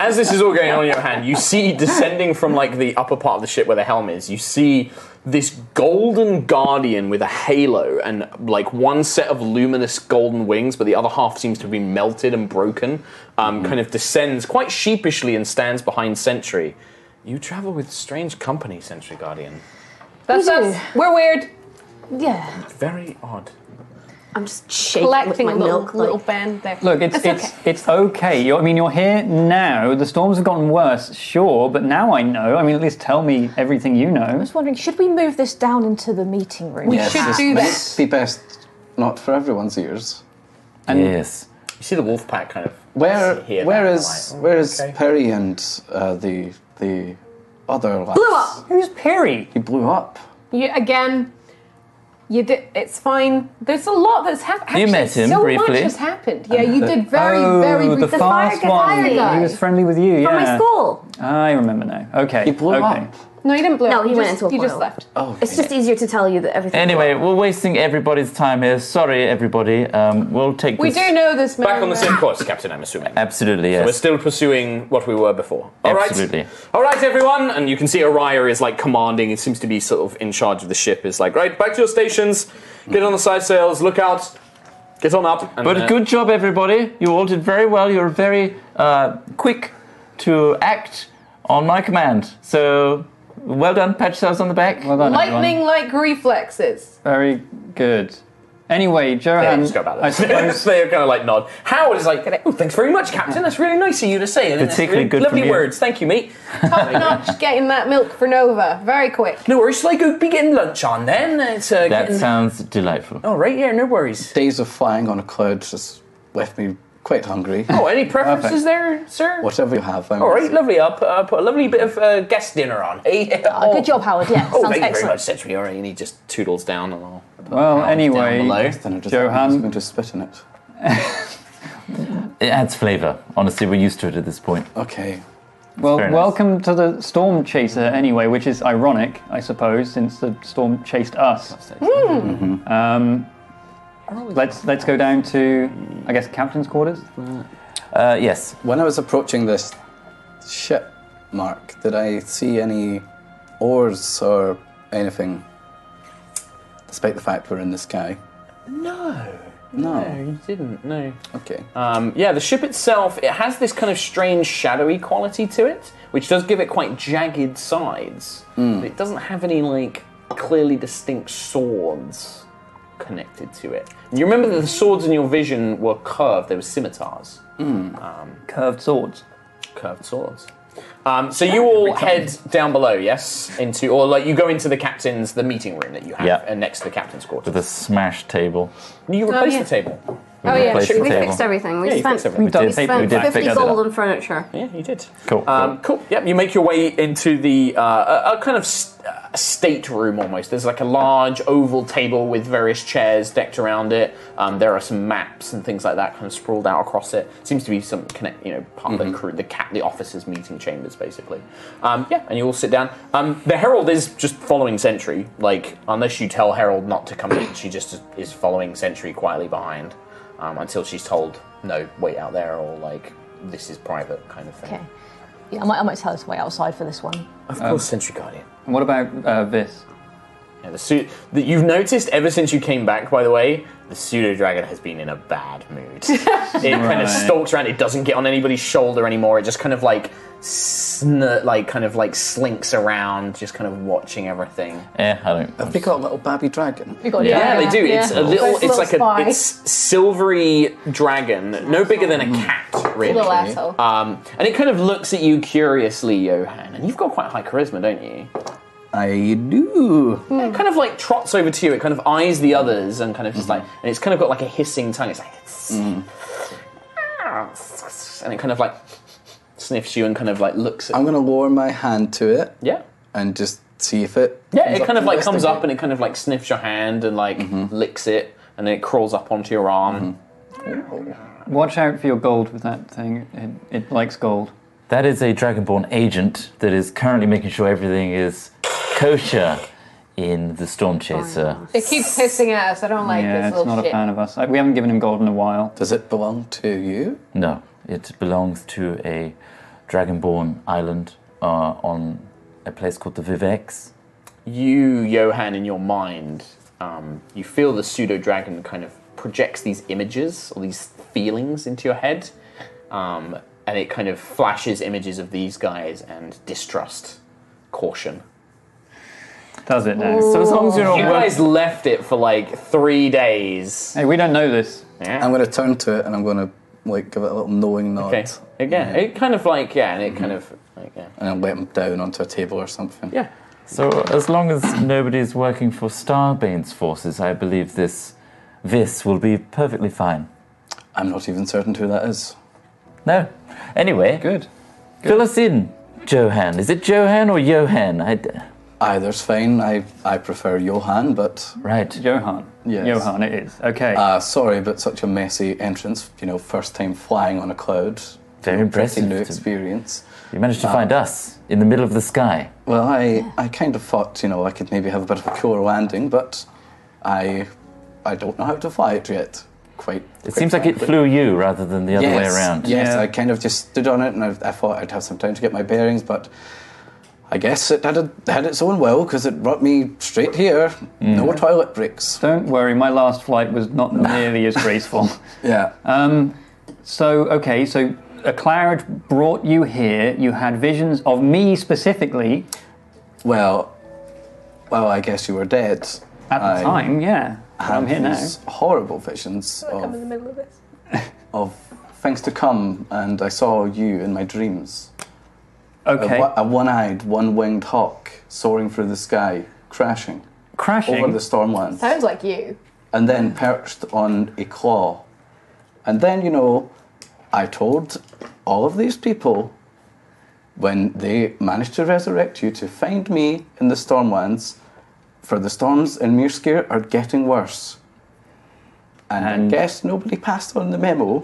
L: as this is all going on in your hand, you see descending from like the upper part of the ship where the helm is, you see this golden guardian with a halo and like one set of luminous golden wings, but the other half seems to have been melted and broken. Um, Kind of descends quite sheepishly and stands behind Sentry. You travel with strange company, Sentry Guardian.
D: That's
B: do.
D: us. We're weird.
B: Yeah.
L: Very odd.
H: I'm just shaking with
D: Collecting
H: my
D: little
H: milk.
D: little
H: like,
D: band there.
A: Look, it's it's
D: okay.
A: it's okay. You're, I mean, you're here now. The storms have gotten worse, sure, but now I know. I mean, at least tell me everything you know.
B: Just wondering, should we move this down into the meeting room?
D: Yes. should
F: this
D: do
F: might
D: this.
F: be best not for everyone's ears.
G: yes.
L: You see the wolf pack kind of
F: Where
L: sit here
F: where
L: now,
F: is
L: like, oh,
F: where is
L: okay.
F: Perry and uh, the the other lads?
H: Blew up.
A: Who's Perry?
F: He blew up.
D: You again. You did. It's fine. There's a lot that's happened.
G: You met him
D: so
G: briefly.
D: much has happened. Yeah, you did very,
A: oh,
D: very.
A: the,
D: briefly.
A: fast
H: guy.
A: one.
H: Fire guy.
A: He was friendly with you.
H: From
A: yeah.
H: my school.
A: I remember now. Okay.
F: He blew
A: okay.
F: up.
D: No, you didn't blow.
H: No,
D: up.
H: he
D: You
H: went
D: just,
H: into a
D: You just
H: portal.
D: left.
F: Oh,
H: It's just easier to tell you that everything.
G: Anyway, we're wasting everybody's time here. Sorry, everybody. Um, we'll take.
D: We
G: this-
D: do know this man.
L: Back on the
D: uh,
L: same course, Captain, I'm assuming.
G: Absolutely.
L: We're
G: Yes.
L: still pursuing what we were before. All right.
G: Absolutely.
L: All right, everyone. And you can see Araya is like commanding. It seems to be sort of in charge of the ship. Is like, right, back to your stations. Get on the side sails. Look out. Get on up. And,
G: But
L: uh,
G: good job, everybody. You all did very well. You're very uh, quick to act on my command. So, well done. Pat yourselves on the back.
A: Well done, everyone.
D: Lightning-like reflexes.
A: Very good. Anyway,
L: Yeah,
C: Um,
A: Johan,
L: just go about
A: I
L: it.
A: suppose
L: [LAUGHS] they kind of like nod. Howard is like, oh, thanks very much, Captain. That's really nice of you to say. And that's
G: Particularly
L: really
G: good
L: Lovely
G: from you.
L: words. Thank you, mate.
D: Top notch. Getting that milk for Nova. Very quick.
L: No worries. Shall I go be getting lunch on then? It's
G: That
L: uh, getting...
G: sounds delightful.
L: All right. Yeah. No worries.
F: Days of flying on a cloud just left me quite hungry.
L: Oh, any
A: Perfect.
L: preferences there, sir?
F: Whatever you have, I'm
L: All right, lovely. I'll put, I'll put a lovely bit of uh, guest dinner on. Eh?
B: Oh, good job, Howard. Yeah,
L: [LAUGHS] Oh,
B: sounds
L: thank you very
B: excellent.
L: much, Sentry. All right, and he just toodles down and all.
A: Well, anyway,
F: Then I just I'm
A: Johan,
F: going to spit in it.
G: It adds flavour. Honestly, we're used to it at this point.
F: Okay.
A: well,
G: Fair enough.
A: welcome to the Storm Chaser, anyway, which is ironic, I suppose, since the storm chased us. Um, let's let's go down to, I guess, captain's quarters.
G: Uh, yes.
F: When I was approaching this ship, Mark, did I see any oars or anything? Despite the fact we're in the sky.
L: No.
F: No.
L: you didn't. No.
F: Okay.
L: Um, yeah, the ship itself it has this kind of strange shadowy quality to it, which does give it quite jagged sides.
F: Mm.
L: But it doesn't have any like clearly distinct swords connected to it. And you remember that the swords in your vision were curved; they were scimitars. Um,
A: curved swords.
L: Curved swords. Um, so you all head down below, yes, into or like you go into the captain's the meeting room that you have,
G: Yeah.
L: and next to the captain's quarters.
G: With a smashed table.
L: You
H: Oh,
L: replace
H: yeah.
L: the table.
H: Oh
G: We
H: yeah,
G: replaced the
H: we
G: table.
H: fixed everything. We
L: Yeah, you
H: spent,
L: fixed everything. We did.
H: we spent
L: We did fix
H: 50
L: it up.
H: gold on furniture.
L: Yeah, you did.
G: Cool.
L: Um, cool. Yep. You make your way into the uh, a, a kind of st- uh, stateroom almost. There's like a large oval table with various chairs decked around it. Um, there are some maps and things like that kind of sprawled out across it. Seems to be some connect, you know, part of the crew, the cat, the officers' meeting chambers, basically. Um, yeah, and you all sit down. Um, the herald is just following sentry. Like unless you tell herald not to come in, she just is following sentry quietly behind um, until she's told no, wait out there, or like this is private kind of thing.
B: Okay. Yeah, I might, I might tell us to wait outside for this one.
L: Of course, Sentry Guardian.
A: And what about uh, this?
L: Yeah, the suit that you've noticed ever since you came back, by the way, the pseudo dragon has been in a bad [LAUGHS] mood. it kind
A: Right.
L: of stalks around. It doesn't get on anybody's shoulder anymore. It just kind of like, sn- like kind of like slinks around, just kind of watching everything.
G: Yeah, Eh, I don't.
F: Have we got a little babby dragon?
B: We got
L: Yeah,
B: yeah,
L: they do. It's
B: yeah.
L: a little.
B: Nice
L: It's like a
B: spy.
L: it's silvery dragon, no bigger than a cat, really.
D: Little asshole.
L: Um, and it kind of looks at you curiously, Johan. And you've got quite high charisma, don't you?
F: I do.
L: It kind of like trots over to you. It kind of eyes the others and kind of just like, and it's kind of got like a hissing tongue. It's like, and it kind of like sniffs you and kind of like looks at.
F: I'm gonna lower my hand to it
L: Yeah,
F: and just see if it.
L: yeah.
F: comes
L: It
F: up
L: kind of
F: to
L: like comes up
F: investigate.
L: and it kind of like sniffs your hand and like licks it, and then it crawls up onto your arm.
A: Watch out for your gold with that thing. It, it likes gold.
G: That is a Dragonborn agent that is currently making sure everything is kosher in the Storm Chaser.
D: It keeps hissing at us. I don't like
A: yeah,
D: this
A: it's
D: little
A: not a
D: shit.
A: fan of us. Like, we haven't given him gold in a while.
F: Does it belong to you?
G: No, it belongs to a Dragonborn island uh, on a place called the Vivex.
L: you, Johan, in your mind, um, you feel the pseudo dragon kind of projects these images or these feelings into your head, um, and it kind of flashes images of these guys and distrust, caution.
A: Does it now?
G: So as long as you're not
L: You
G: working-
L: guys left it for like three days.
A: Hey, we don't know this.
L: Yeah.
F: I'm gonna turn to it and I'm gonna like give it a little knowing nod
L: okay. Again, it kind of like yeah, and it kind of like yeah.
F: and then let him down onto a table or something.
L: Yeah.
G: So as long as nobody is working for Starbane's forces, I believe this this will be perfectly fine.
F: I'm not even certain who that is.
G: No. Anyway,
A: Good.
G: fill us in, Johan. Is it Johan or Johan? I d-
F: Either's fine. I I prefer Johan, but
G: right.
A: Johan.
F: Yes.
A: Johan, it is. Okay.
F: uh, sorry, but such a messy entrance. You know, first time flying on a cloud.
G: Very
F: Pretty
G: impressive.
F: new experience.
G: You managed to find us in the middle of the sky.
F: Well, I, I kind of thought, you know, I could maybe have a bit of a cool landing, but I I don't know how to fly it yet. Quite.
G: It seems like it flew you rather than the other
F: yes,
G: way around.
F: Yes,
A: Yeah.
F: I kind of just stood on it and I, I thought I'd have some time to get my bearings, but I guess it had, a, had its own will because it brought me straight here. No
G: Mm.
F: toilet breaks.
A: don't worry, my last flight was
F: [LAUGHS]
A: not nearly as graceful.
F: Yeah.
A: Um, so, okay, so a cloud brought you here. You had visions of me specifically
F: well, well, I guess you were dead.
A: at the
F: I
A: time, yeah. But I'm
F: had
A: here now.
F: these Horrible visions
D: I'm in the
F: of,
D: middle of this.
F: [LAUGHS] of things to come, and I saw you in my dreams.
A: Okay.
F: A, wa- a one-eyed, one-winged hawk soaring through the sky, crashing
A: Crashing.
F: over the stormlands,
D: Sounds like you.
F: and then perched on a claw. And then, you know, I told all of these people when they managed to resurrect you to find me in the stormlands, for the storms in Mirskir are getting worse. And, I
A: And-
F: guess nobody passed on the memo.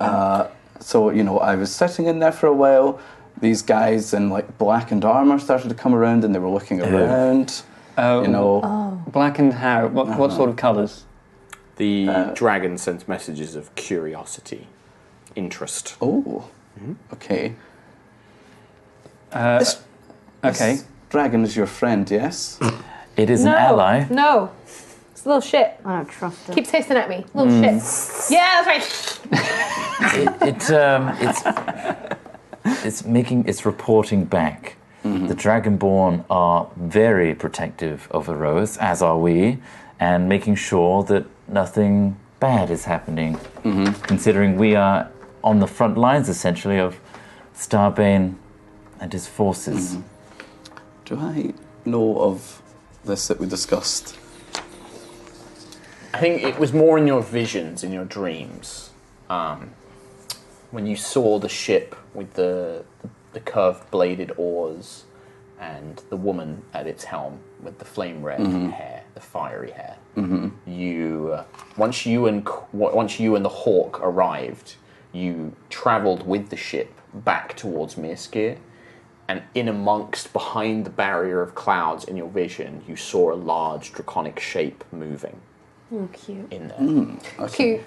F: Uh, So, you know, I was sitting in there for a while. These guys in like blackened armor started to come around and they were looking around.
A: Oh,
F: You know, Uh-huh.
A: Black and how? What, what sort of colours?
L: The dragon sends messages of curiosity, interest.
F: oh, okay.
A: Uh, okay.
F: Dragon is your friend, yes?
G: It is
D: No.
L: [LAUGHS]
G: an ally.
D: No.
L: It's
D: little shit.
H: I don't trust him.
D: Keeps hissing at me. Little
A: Hmm.
H: [LAUGHS]
D: shit. Yeah, that's right.
C: it, um, it's it's making it's reporting back. The Dragonborn are very protective of Erois, as are we, and making sure that nothing bad is happening. Considering we are on the front lines, essentially, of Starbane and his forces.
F: Do I know of this that we discussed?
L: I think it was more in your visions, in your dreams, um, when you saw the ship with the the curved bladed oars and the woman at its helm with the flame red hair, the fiery hair. You uh, once you and Qu- once you and the hawk arrived, you travelled with the ship back towards Mirskir. And in amongst, behind the barrier of clouds in your vision, you saw a large draconic shape moving
H: cute.
L: in there.
D: Cute.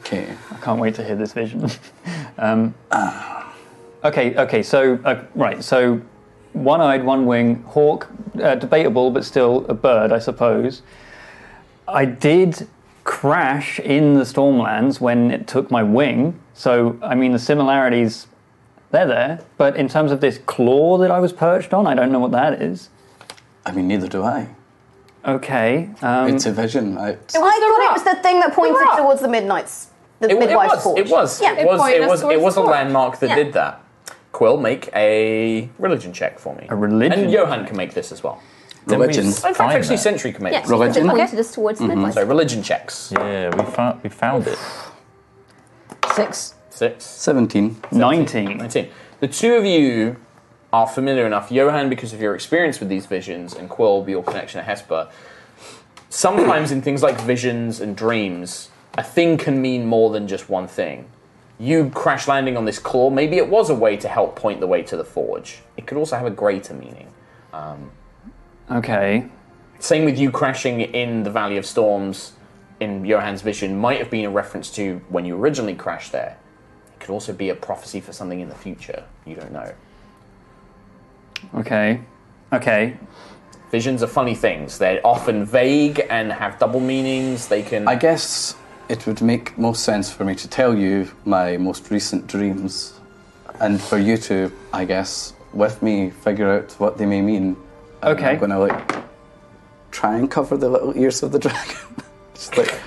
F: Okay.
A: I can't wait to hear this vision. [LAUGHS] um, okay, okay, so, uh, right, so one eyed, one wing, hawk, uh, debatable, but still a bird, I suppose. I did crash in the Stormlands when it took my wing, so, I mean, the similarities, they're there, but in terms of this claw that I was perched on, I don't know what that is.
F: I mean, neither do I.
A: Okay, um,
F: It's a vision. I, it's,
H: I thought it was the thing that pointed
L: rock.
H: towards the midnight's the
L: It, it
H: midwife's
L: was.
H: porch.
L: It was.
H: Yeah.
L: it was.
D: point
L: It
D: us
L: was. It
D: towards
L: was a
D: the porch.
L: landmark that
H: Yeah.
L: did that. Quill, make a religion check for me. A
A: religion
L: And Johan can make this as well.
F: religion.
L: In fact,
C: Fine,
L: actually,
C: then.
L: Sentry can make
H: Yeah,
L: this.
H: because
F: Religion?
H: It pointed us towards the midwife's
L: So religion checks.
C: Yeah, we found we found it.
B: Six.
L: Six.
F: 17.
A: 19.
L: 19. The two of you are familiar enough, Johan, because of your experience with these visions, and Quill, your connection to Hesper. Sometimes in things like visions and dreams, a thing can mean more than just one thing. You crash landing on this claw, maybe it was a way to help point the way to the forge. It could also have a greater meaning.
A: Okay,
L: Same with you crashing in the Valley of Storms in Johan's vision might have been a reference to when you originally crashed there. It could also be a prophecy for something in the future. You don't know.
A: okay, okay.
L: Visions are funny things. They're often vague and have double meanings. They can.
F: I guess it would make most sense for me to tell you my most recent dreams and for you to, I guess, with me, figure out what they may mean. And
A: Okay.
F: I'm going to like try and cover the little ears of the dragon. [LAUGHS] Just like,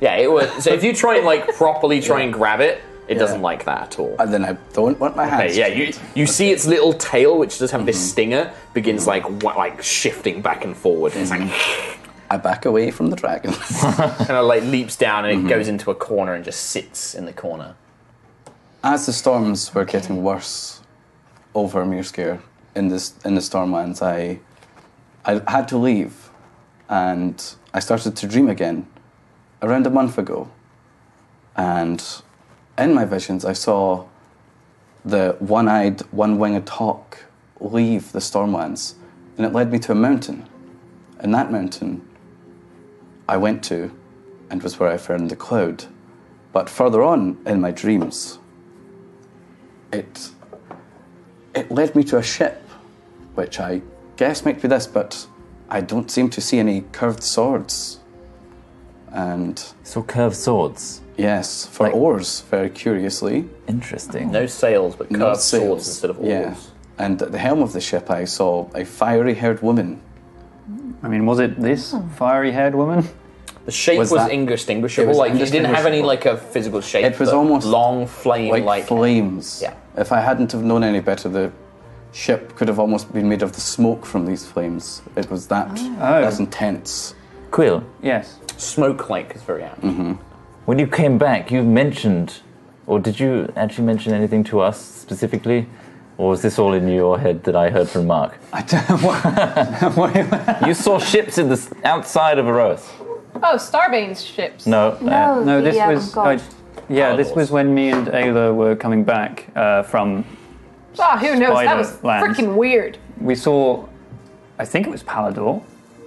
L: Yeah, it was. So if you try and like [LAUGHS] properly try and grab it, it doesn't like that at all.
F: and then I don't want my hands.
L: Okay, yeah, you you see its little tail, which does have
F: Mm-hmm.
L: this stinger, begins like wa- like shifting back and forward. It's like
F: Mm-hmm. I back away from the dragon. [LAUGHS]
L: kind of like leaps down
F: Mm-hmm.
L: and it goes into a corner and just sits in the corner.
F: As the storms were getting worse over Mirskir in this in the Stormlands, I I had to leave, and I started to dream again around a month ago, and in my visions I saw the one-eyed, one-winged hawk leave the Stormlands, and it led me to a mountain, and that mountain I went to, and was where I found the cloud. But further on in my dreams, it it led me to a ship, which I guess might be this, but I don't seem to see any curved swords. And
C: So curved swords.
F: yes, for
C: Like-
F: oars, very curiously.
C: Interesting.
L: No sails, but curved
F: no
L: swords
F: sails.
L: instead of oars.
F: Yeah. And at the helm of the ship, I saw a fiery haired woman.
A: I mean, was it this fiery haired woman?
L: The shape was,
F: Was that-
L: indistinguishable.
F: It was
L: like you didn't have any
F: indistinguishable.
L: like a physical shape.
F: It was
L: but
F: almost
L: long flame
F: Like,
L: like,
F: flames.
L: Yeah.
F: If I hadn't have known any better, the ship could have almost been made of the smoke from these flames. It was that
L: Ah.
F: that's intense.
C: Quill,
A: Yes.
L: smoke like is very apt.
F: Mm.
C: when you came back, you mentioned, or did you actually mention anything to us specifically, or was this all in your head that I heard from Mark?
F: [LAUGHS] I don't [LAUGHS]
C: you saw ships in the s- outside of Eros.
D: Oh, Starbane's ships.
C: No, uh,
H: Oh,
A: No,
H: the,
A: this
H: um,
A: was.
H: God.
A: I- yeah, this
L: Paladors.
A: was when me and Ayla were coming back uh, from.
D: Oh, who knows? That was
A: Spider-lands.
D: freaking weird.
A: We saw, I think it was Palador,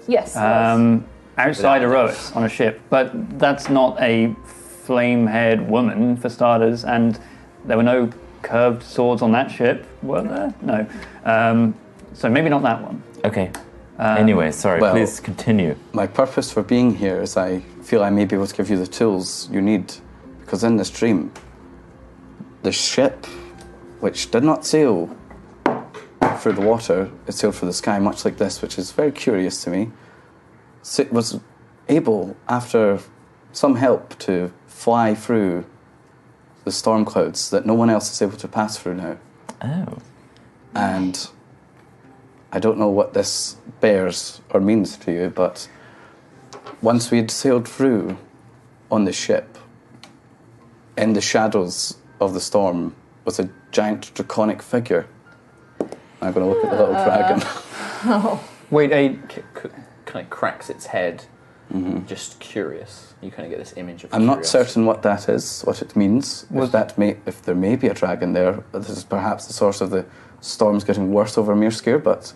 D: Yes.
A: um, outside
L: Without-
A: Eros on a ship, but that's not a flame haired woman for starters, and there were no curved swords on that ship, were there? No. Um, so maybe not that one.
C: okay.
A: Um,
C: anyway, sorry,
F: Well,
C: please continue.
F: My purpose for being here is I feel I may be able to give you the tools you need, because in this dream, the ship, which did not sail through the water, it sailed through the sky, much like this, which is very curious to me, s- it was able, after some help, to fly through the storm clouds that no one else is able to pass through now.
C: Oh.
F: And I don't know what this bears or means to you, but once we'd sailed through on the ship, in the shadows of the storm was a giant draconic figure. I'm going to look at the
A: Ah.
F: little dragon.
M: Oh.
A: Wait, a
L: kind of cracks its head.
F: Mm-hmm.
L: Just curious. You kind of get this image of.
F: I'm not
L: curious.
F: certain what that is, what it means.
A: Was-
F: if that may, if there may be a dragon there, this is perhaps the source of the storms getting worse over Mirskir. But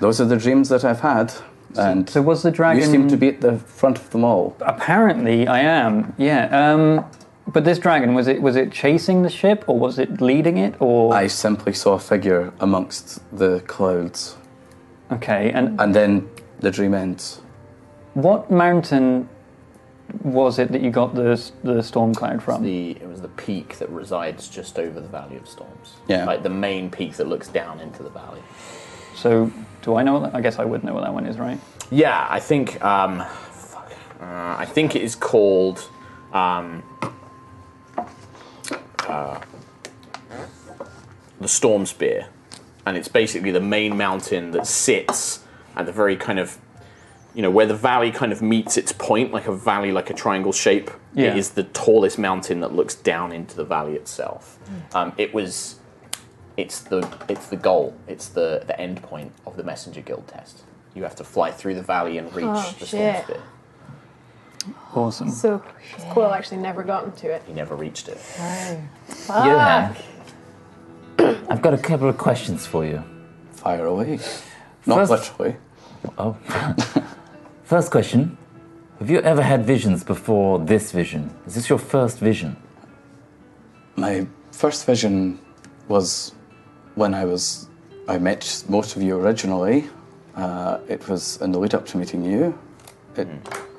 F: those are the dreams that I've had, and
A: So was the
F: you
A: dragon?
F: seem to be at the front of them all.
A: Apparently, I am. Yeah. Um, but this dragon was it? Was it chasing the ship, or was it leading it, or?
F: I simply saw a figure amongst the clouds.
A: Okay, and
F: and then the dream ends.
A: What mountain was it that you got the the storm cloud from?
L: The it was the peak that resides just over the Valley of Storms.
A: Yeah.
L: Like the main peak that looks down into the valley.
A: So do I know? What that, I guess I would know what that one is, right?
L: Yeah, I think. Um, fuck. Uh, I think it is called. Um, uh, the Storm Spear, and it's basically the main mountain that sits at the very kind of, you know, where the valley kind of meets its point, like a valley, like a triangle shape.
A: Yeah.
L: It is the tallest mountain that looks down into the valley itself.
D: Hmm.
L: Um, it was. It's the it's the goal. It's the the end point of the messenger guild test. You have to fly through the valley and reach
D: Oh,
L: the storm
D: shit.
L: spear.
A: Awesome.
D: So Quill actually never gotten to it.
L: He never reached it.
D: Fuck.
C: Johan, [CLEARS THROAT] I've got a couple of questions for you.
F: Fire away. Not literally.
C: Oh. first question Have you ever had visions before this vision? Is this your first vision?
F: My first vision was when I was I met most of you originally. Uh, it was in the lead up to meeting you. It,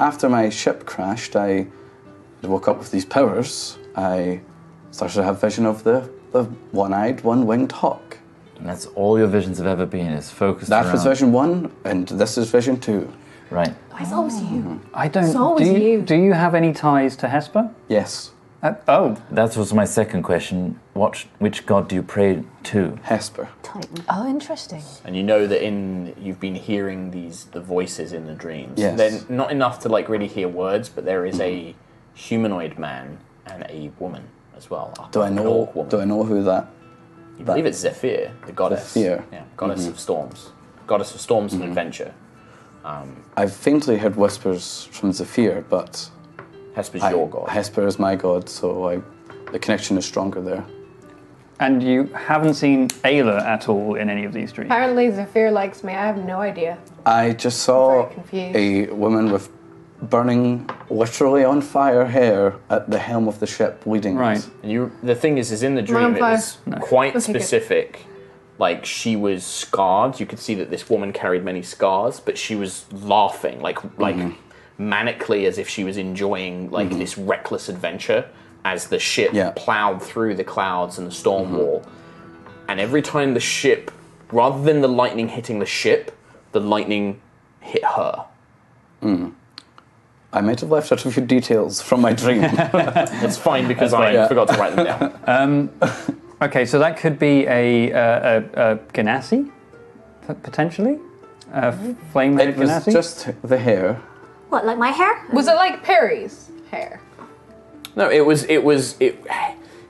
F: After my ship crashed, I woke up with these powers. I started to have vision of the, the one-eyed, one-winged hawk.
C: And that's all your visions have ever been is focused
F: That
C: around.
F: was vision one, and this is vision two.
C: Right.
D: It's always
L: Mm-hmm.
D: you.
A: I don't.
D: It's always
A: do you,
D: you.
A: Do you have any ties to Hesper?
F: Yes.
A: Uh, oh.
C: That was my second question. What, which god do you pray to?
F: Hesper.
B: Oh, interesting.
L: and you know that in you've been hearing these the voices in the dreams.
F: Yes.
L: They're not enough to like really hear words, but there is a humanoid man and a woman as well.
F: Do I know? Do I know who that?
L: You believe it's Zephyr, the goddess.
F: Zephyr.
L: Yeah, goddess
F: Mhm.
L: of storms, goddess of storms
F: Mm-hmm.
L: and adventure. Um,
F: I've faintly heard whispers from Zephyr, but
L: Hesper's
F: your god. Hesper is my god, so I, the connection is stronger there.
A: And you haven't seen Ayla at all in any of these dreams.
D: Apparently Zephyr likes me. I have no idea.
F: I just saw
D: confused.
F: a woman with burning, literally on fire hair at the helm of the ship, leading us.
L: And you, the thing is, is in the dream it
F: Vampire.
L: was quite
F: Okay, good.
L: specific. Like she was scarred. You could see that this woman carried many scars, but she was laughing, like like manically, as if she was enjoying like this reckless adventure as the ship plowed through the clouds and the storm wall. And every time the ship, rather than the lightning hitting the ship, the lightning hit her.
F: Hmm. I might have left out a few details from my dream.
L: It's fine because I forgot to write them down.
A: Um, okay, so that could be a uh, a, a ganassi, p- potentially. A
D: Mm-hmm.
A: flame
F: It was
A: ganassi.
F: just the hair.
H: What, like my hair?
D: Was it like Perry's hair?
L: No, it was it was it.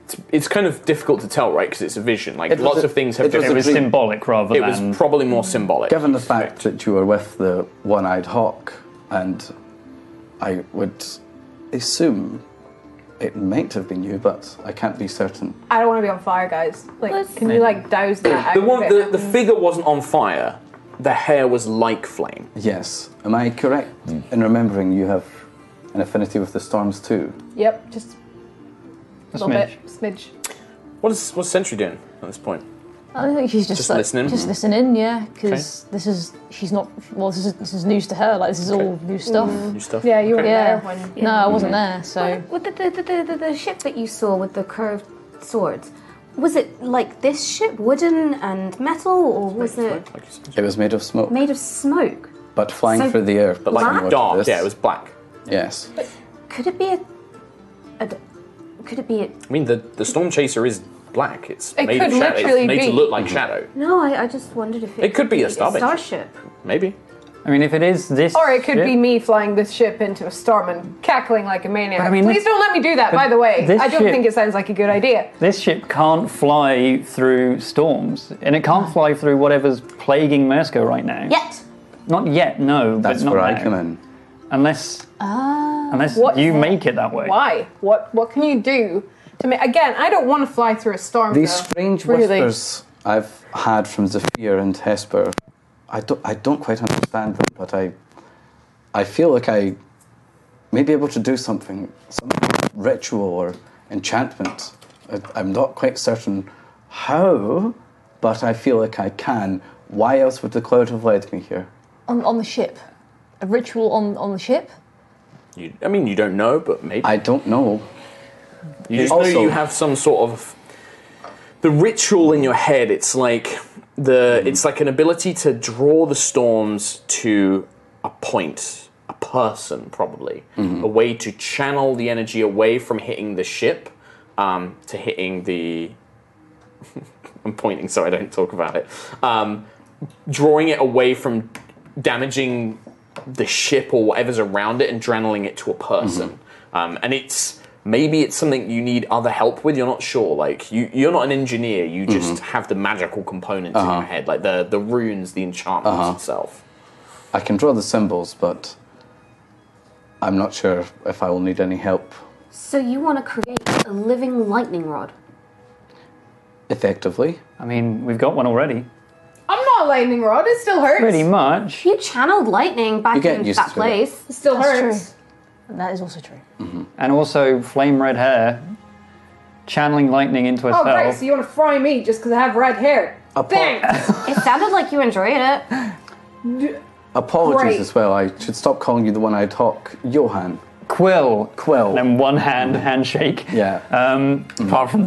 L: It's, it's kind of difficult to tell, right? Because it's a vision. Like
F: It was
L: lots
F: a-
L: of things have.
F: it was
L: different-
F: a It was dream. symbolic rather
L: It
F: than-
L: was probably more symbolic.
F: Given the fact that you were with the one eyed hawk, and I would assume it might have been you, but I can't be certain.
D: I don't want to be on fire, guys. Like, can you like douse that?
L: The
D: out
L: one,
D: of it?
L: the, the figure wasn't on fire. The hair was like flame.
F: Yes. Am I correct in remembering you have an affinity with the storms too?
D: Yep, just a
F: A
D: little bit smidge.
L: What is what's Sentry doing at this point?
B: I think she's just,
L: Just
B: like,
L: listening?
B: Just listening, yeah, because this is she's not. Well, this is this is news to her. Like this is all new stuff.
L: New stuff.
B: Yeah, you
D: weren't
B: yeah.
D: there when-
B: No, I wasn't there. So
E: With the, the, the, the, the, the ship that you saw with the curved swords, was it like this ship, wooden and metal, or was it
F: It was made of smoke,
E: made of smoke?
F: but flying
E: So-
F: through the air.
E: But like
F: similar to
L: dark,
F: this.
L: yeah, it was black.
F: Yes.
E: Could it be a, a d- could it be a
L: I mean, the, the Storm Chaser is black. It's
E: It
L: made
E: could
L: of shadow.
E: literally
L: It's made to
E: be.
L: look like shadow.
E: No, I, I just wondered if it,
L: It could be a starship.
E: starship.
L: Maybe.
A: I mean, if it is this,
D: Or it could
A: ship-
D: be me flying this ship into a storm and cackling like a maniac.
A: But I mean,
D: Please
A: this-
D: don't let me do that,
A: but
D: by the way.
A: this
D: I don't
A: ship-
D: think it sounds like a good idea.
A: This ship can't fly through storms, and it
D: Ah.
A: can't fly through whatever's plaguing Mersko right now.
E: Yet.
A: Not yet, no.
F: That's
A: but not
F: where I
A: now.
F: come in.
A: Unless, unless
D: Ah. What-
A: you make it that way.
D: Why? What What can you do to me? Again, I don't want to fly through a storm.
F: These
D: though.
F: strange
D: Really.
F: whispers I've had from Zephyr and Hesper, I don't, I don't quite understand them, but I, I feel like I may be able to do something, some ritual or enchantment. I, I'm not quite certain how, but I feel like I can. Why else would the cloud have led me here?
B: on on the ship, a ritual on on the ship.
L: You, I mean, you don't know, but maybe.
F: I don't know.
L: You just
F: Also-
L: know you have some sort of the ritual in your head. It's like the it's like an ability to draw the storms to a point, a person probably, a way to channel the energy away from hitting the ship um, to hitting the. [LAUGHS] I'm pointing so I don't talk about it. Um, drawing it away from damaging the ship or whatever's around it and channeling it to a person. Um, and it's maybe it's something you need other help with. You're not sure. Like you, you're not an engineer. You just have the magical components in your head, like the the runes, the enchantments itself.
F: I can draw the symbols, but I'm not sure if I will need any help
E: So you want to create a living lightning rod?
F: effectively.
A: I mean, we've got one already.
D: I'm not a lightning rod. It still hurts.
A: Pretty much.
E: You channeled lightning
F: You
E: back
F: get
E: in
F: used
E: that
F: to it.
E: place.
D: It still
B: That's
D: hurts.
B: true. That is also true.
A: And also, flame red hair, channeling lightning into
D: Oh,
A: herself.
D: great. So you want to fry me just because I have red hair? Thanks.
E: It sounded like you enjoyed it.
F: Apologies
D: Great.
F: as well. I should stop calling you the one eyed hawk, Johan.
A: Quill.
F: Quill.
A: And one hand handshake. [LAUGHS]
F: Yeah.
A: Um,
C: Apart from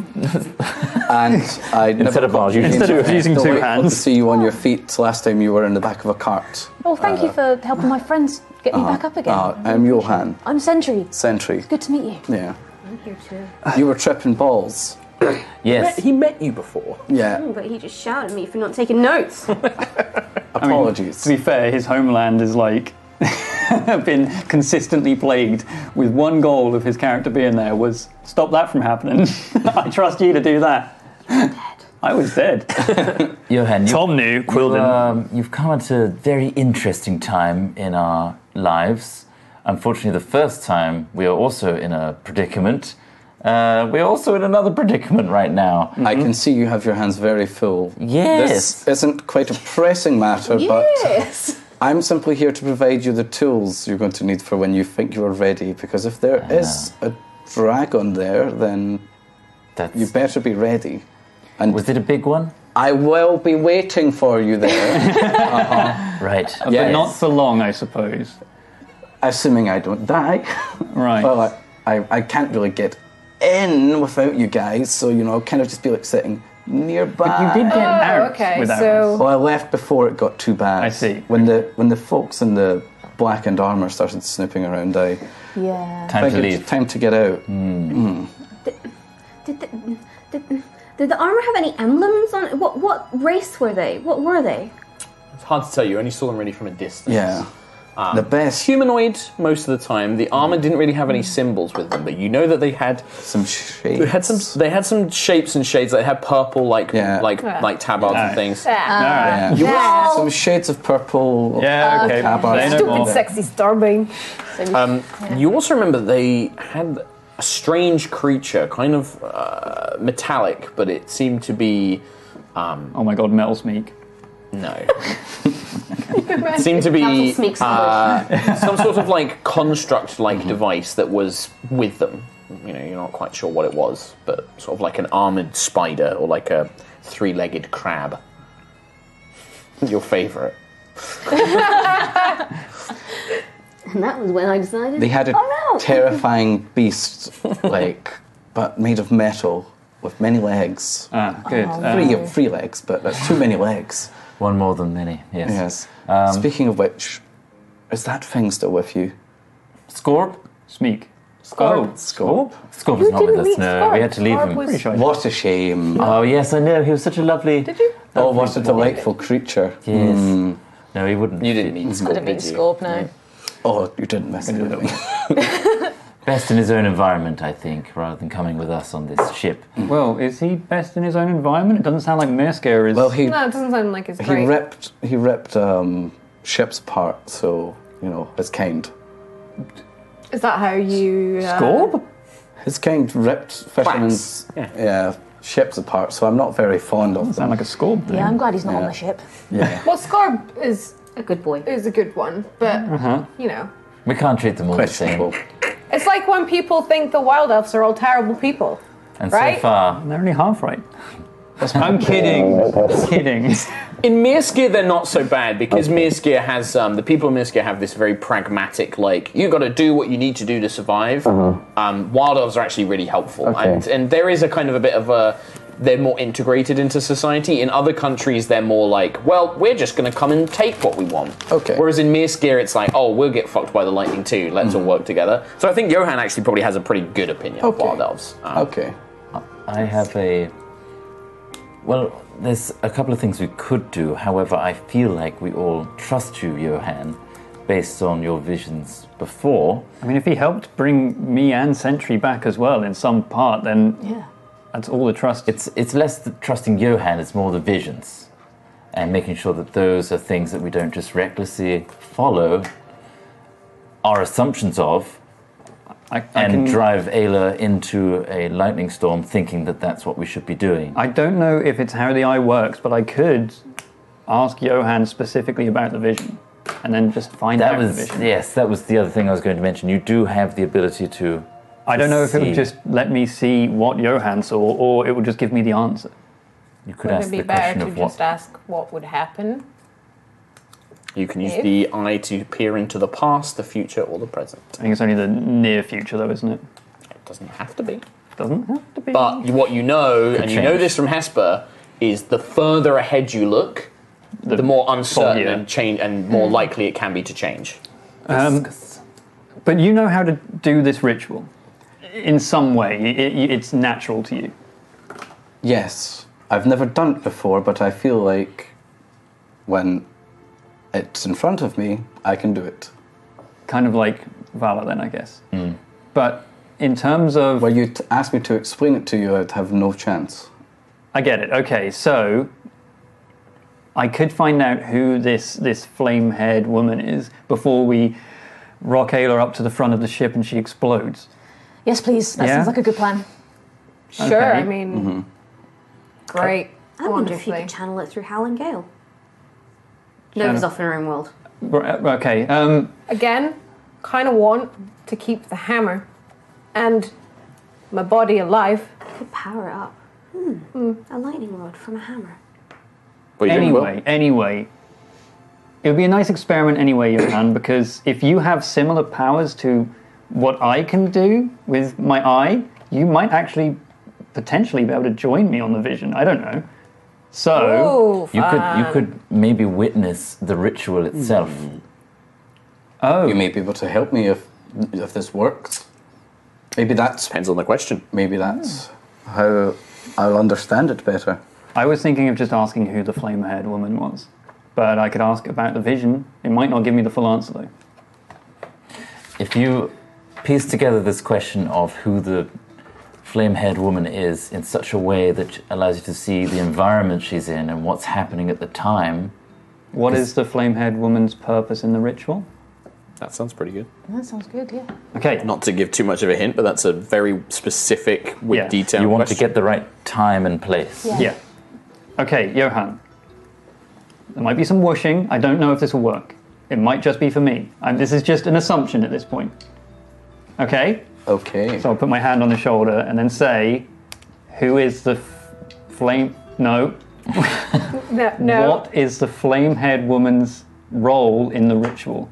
F: and
A: [LAUGHS]
F: I never
C: of
F: got
C: ours,
F: your
C: you-
F: name
A: Instead of
F: correct.
A: using
F: Still
A: two
F: grateful
A: hands.
F: To see you on your feet last time you were in the back of a cart.
B: Well, thank you for helping my friends get me back up again.
F: Uh, I'm Johan,
B: I'm Sentry.
F: sentry.
B: Good to meet you.
F: Yeah.
E: I'm here too.
F: You were tripping balls.
C: yes,
L: He met you before.
F: Yeah.
E: But he just shouted at me for not taking
F: [LAUGHS]
E: notes.
F: Apologies.
A: to be fair, his homeland is like [LAUGHS] been consistently plagued with one goal of his character being there was stop that from happening. [LAUGHS] I trust you to do that. I was dead. Uh,
C: Johan, you,
A: Tom knew, Quill
C: you,
A: didn't.
C: um, you've come at a very interesting time in our lives. Unfortunately, the first time we are also in a predicament. Uh, we're also in another predicament right now.
F: I
A: Mm-hmm.
F: can see you have your hands very full.
C: Yes.
F: This isn't quite a pressing matter, but
D: Yes.
F: I'm simply here to provide you the tools you're going to need for when you think you're ready. Because if there is
A: Ah.
F: a dragon there, then
C: That's,
F: you better be ready. And
C: was it a big one?
F: I will be waiting for you there,
C: Right.
A: [LAUGHS] But
F: Yes.
A: not for long, I suppose.
F: assuming I don't die.
A: Right.
F: well, I, I, I can't really get in without you guys, so you know, I'll kind of just be like sitting nearby.
A: you did get out
D: Oh, okay,
A: without
D: so-
A: us.
F: Well, I left before it got too bad.
A: I see.
F: When the when the folks in the blackened armor started snooping around, I
B: Yeah.
C: Time to
F: figured
C: leave.
F: time to get out.
E: Did the, did, did the armor have any emblems on it? What, what race were they? What were they?
L: It's hard to tell. You only saw them really from a distance.
F: Yeah.
A: Ah.
F: the best
L: Humanoid most of the time. The armor didn't really have any symbols with them, but you know that they had
F: some shades.
L: They had some. They had some shapes and shades. They had purple, like
F: Yeah.
L: like like tabards
A: Yeah.
L: and things.
F: Yeah. You were some shades of purple.
A: Yeah, okay.
F: Tabards.
A: They know more.
D: Sexy starbeam.
L: Um, You also remember they had a strange creature, kind of uh, metallic, but it seemed to be
A: Oh my god, Metal Smeek.
L: no. it seemed to
E: Council
L: be
E: sneaks
L: [LAUGHS] uh, some sort of like construct-like device that was with them. you know, you're not quite sure what it was, but sort of like an armored spider or like a three-legged crab. [LAUGHS] Your favorite.
E: and that was when I decided.
F: They had a
E: oh
H: [LAUGHS]
E: no!
F: terrifying beast, like, but made of metal with many legs. Ah,
C: good. Oh,
F: three,
C: no.
F: three legs, but that's too many legs.
C: One more than many, yes.
F: Yes.
C: Um,
F: Speaking of which, is that thing still with you?
C: Scorp?
A: Smeek. Oh.
F: Scorp. Scorp.
C: Scorp is not with us, no. We had to leave him.
F: What a [LAUGHS] shame.
C: Oh, yes, I know. He was such a lovely. Did you?
F: Oh, what a delightful creature.
C: Yes.
F: Mm.
C: No, he wouldn't.
L: You didn't meet Scorp,
B: I didn't mean
L: did you?
B: Scorp, no.
F: Oh, you didn't miss anything.
C: Best in his own environment, I think, rather than coming with us on this ship.
A: Oh, Well, is he best in his own environment? It doesn't sound like Mersker is.
F: Well, he
D: No, it doesn't sound like it's
F: he
D: great.
F: ripped he ripped um, ships apart, so you know his kind.
D: Is that how you. Uh,
A: Scorb?
F: His kind ripped fishermen's
A: Yeah.
F: yeah, ships apart, so I'm not very fond of them.
A: Sound like a Scorb then.
B: Yeah, I'm glad he's not on
F: Yeah.
B: the ship.
F: yeah,
D: Well, Scorb is,
E: A good boy.
D: is a good one, but, you know.
C: We can't treat them all the same.
F: questionable.
D: It's like when people think the wild elves are all terrible people.
C: And
D: Right?
C: so far,
A: They're only half right. I'm kidding. I'm [LAUGHS] kidding.
L: In Mirskir, they're not so bad because Mirskir has um, the people of Mirskir have this very pragmatic, like you got to do what you need to do to survive.
F: Uh-huh.
L: Um, wild elves are actually really helpful,
C: Okay.
L: and and there is a kind of a bit of a they're more integrated into society. In other countries, they're more like, well, we're just going to come and take what we want.
F: Okay.
L: Whereas in Mirskir, it's like, oh, we'll get fucked by the lightning too. Let's
F: Mm.
L: all work together. So I think Johan actually probably has a pretty good opinion of
F: Okay.
L: wild elves. Um,
F: Okay.
C: I have a. Well, there's a couple of things we could do. However, I feel like we all trust you, Johan, based on your visions before.
A: I mean, if he helped bring me and Sentry back as well in some part, then
B: Yeah.
A: that's all the trust.
C: It's it's less the trusting Johan; it's more the visions, and making sure that those are things that we don't just recklessly follow our assumptions of,
A: I, I
C: and
A: can-
C: drive Ayla into a lightning storm, thinking that that's what we should be doing.
A: I don't know if it's how the eye works, but I could ask Johan specifically about the vision, and then just find
C: That
A: out the
C: was
A: vision.
C: yes, that was the other thing I was going to mention. You do have the ability to.
A: I don't know if it
C: see.
A: would just let me see what Johan saw, or it would just give me the answer.
C: You could
D: Wouldn't
C: ask
D: it be
C: the
D: better
C: question
D: to
C: of what.
D: just ask what would happen?
L: You can use
D: If-
L: the eye to peer into the past, the future, or the present.
A: I think it's only the near future, though, isn't it?
L: It doesn't have to be.
A: Doesn't have to be.
L: But what you know, and you know
C: change.
L: this from Hesper, is the further ahead you look, the, more uncertain
A: foggier.
L: and change, and
C: Hmm.
L: more likely it can be to change.
A: Um, but you know how to do this ritual in some way. It, it- it's natural to you.
F: Yes, I've never done it before, but I feel like when it's in front of me, I can do it.
A: Kind of like Vala, then, I guess. But in terms of.
F: Were you to ask me to explain it to you, I'd have no chance.
A: I get it. Okay, so. I could find out who this, this flame haired woman is before we rock Ayla up to the front of the ship and she explodes.
B: Yes, please. That
A: Yeah.
B: sounds like a good plan.
D: Sure,
A: Okay.
D: I mean, great.
E: I wonder if you
D: honestly.
E: could channel it through Hal and Gale. Nova's off in her own world.
A: Right, Okay, um,
D: Again, kind of want to keep the hammer and my body alive.
E: Could power it up. Hmm. A lightning rod from a hammer.
L: But
A: anyway, anyway. It would be a nice experiment anyway, Johan, because if you have similar powers to what I can do with my eye, you might actually potentially be able to join me on the vision. I don't know. So,
D: Oh,
C: You could you could maybe witness the ritual itself.
A: oh,
F: You may be able to help me if if this works. Maybe that's
L: depends on the question.
F: maybe that's how I'll understand it better.
A: I was thinking of just asking who the flame-haired woman was, but I could ask about the vision. It might not give me the full answer though.
C: If you piece together this question of who the flame-haired woman is in such a way that allows you to see the environment she's in and what's happening at the time,
A: What is the flame-haired woman's purpose in the ritual?
L: That sounds pretty good.
B: That sounds good, yeah.
A: Okay,
L: Not to give too much of a hint, but that's a very specific, with
A: Yeah.
L: detail.
C: you want
L: question.
C: to get the right time and place.
B: Yeah.
A: Yeah. Okay, Johan. There might be some whooshing. I don't know if this will work. It might just be for me. And this is just an assumption at this point. Okay?
F: Okay.
A: So I'll put my hand on the shoulder and then say, "Who is the f- flame? No.
D: No, no.
A: What is the flame-haired woman's role in the ritual?"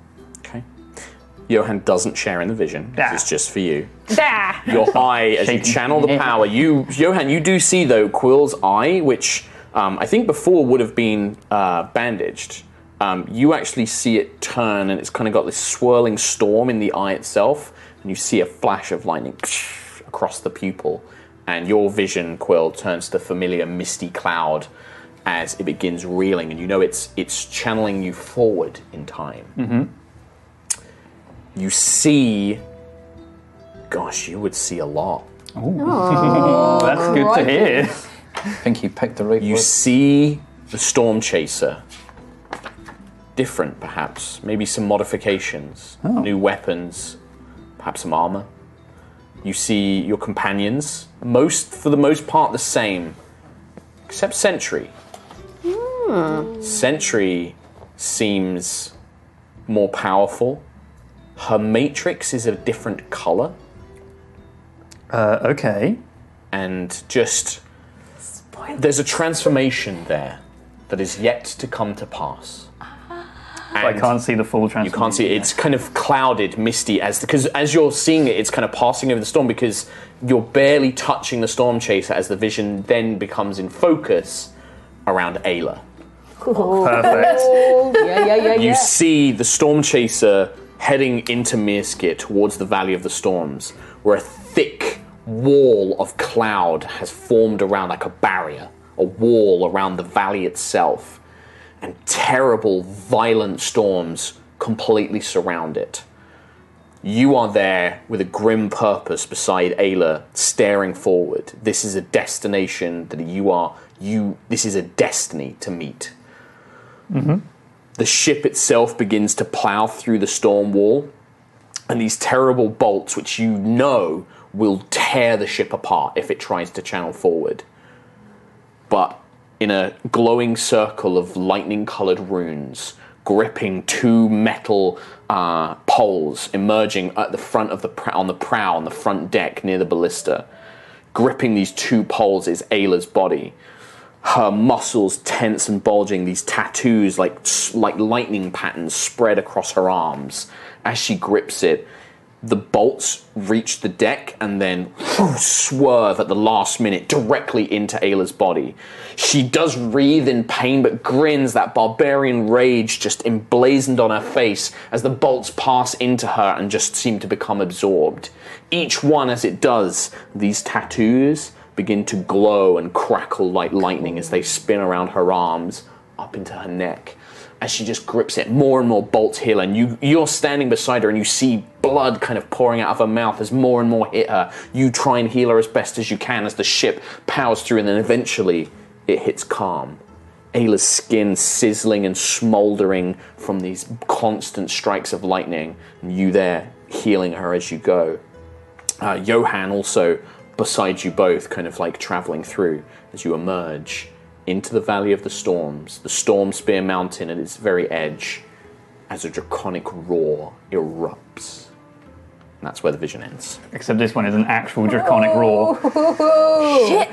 L: Johan doesn't share in the vision.
A: Ah.
L: It's just for you.
E: [LAUGHS]
D: Dah.
L: Your eye, as you channel the power, you, Johan, you do see though Quill's eye, which um, I think before would have been uh, bandaged. Um, you actually see it turn, and it's kind of got this swirling storm in the eye itself, and you see a flash of lightning [LAUGHS] across the pupil, and your vision, Quill, turns to familiar misty cloud as it begins reeling, and you know it's it's channeling you forward in time
A: Mm-hmm.
L: you see gosh you would see a lot
A: Oh. That's good to hear.
L: i think he picked the right you see the storm chaser different perhaps maybe some modifications new weapons perhaps some armor you see your companions most for the most part the same except sentry Sentry seems more powerful. Her matrix is a different color.
A: Uh, okay.
L: And just. There's a transformation there that is yet to come to pass.
A: I can't see the full
L: You
A: transformation.
L: can't see it. It's kind of clouded, misty, as because as you're seeing it, it's kind of passing over the storm because you're barely touching the storm chaser as the vision then becomes in focus around Ayla. Perfect.
D: Oh, yeah, yeah, yeah, yeah.
L: You see the storm chaser heading into Mirskir towards the Valley of the Storms, where a thick wall of cloud has formed around like a barrier, a wall around the valley itself, and terrible, violent storms completely surround it. You are there with a grim purpose beside Ayla, staring forward. This is a destination that you are you this is a destiny to meet.
A: Mm-hmm.
L: The ship itself begins to plow through the storm wall, and these terrible bolts, which you know will tear the ship apart if it tries to channel forward. But in a glowing circle of lightning colored runes, gripping two metal uh, poles emerging at the front of the prow, on the prow on the front deck near the ballista. Gripping these two poles is Ayla's body her muscles tense and bulging, these tattoos like like lightning patterns spread across her arms as she grips it. The bolts reach the deck and then swerve at the last minute directly into Ayla's body. She does wreathe in pain but grins, that barbarian rage just emblazoned on her face as the bolts pass into her and just seem to become absorbed. Each one, as it does, these tattoos begin to glow and crackle like lightning as they spin around her arms up into her neck. As she just grips it, more and more bolts heal, and you, you're standing beside her and you see blood kind of pouring out of her mouth as more and more hit her. You try and heal her as best as you can as the ship powers through, and then eventually it hits calm. Ayla's skin sizzling and smoldering from these constant strikes of lightning, and you there healing her as you go uh, Johan also beside you both, kind of like traveling through as you emerge into the Valley of the Storms, the Storm Spear Mountain at its very edge, as a draconic roar erupts. And that's where the vision ends.
A: Except this one is an actual draconic roar.
D: Shit.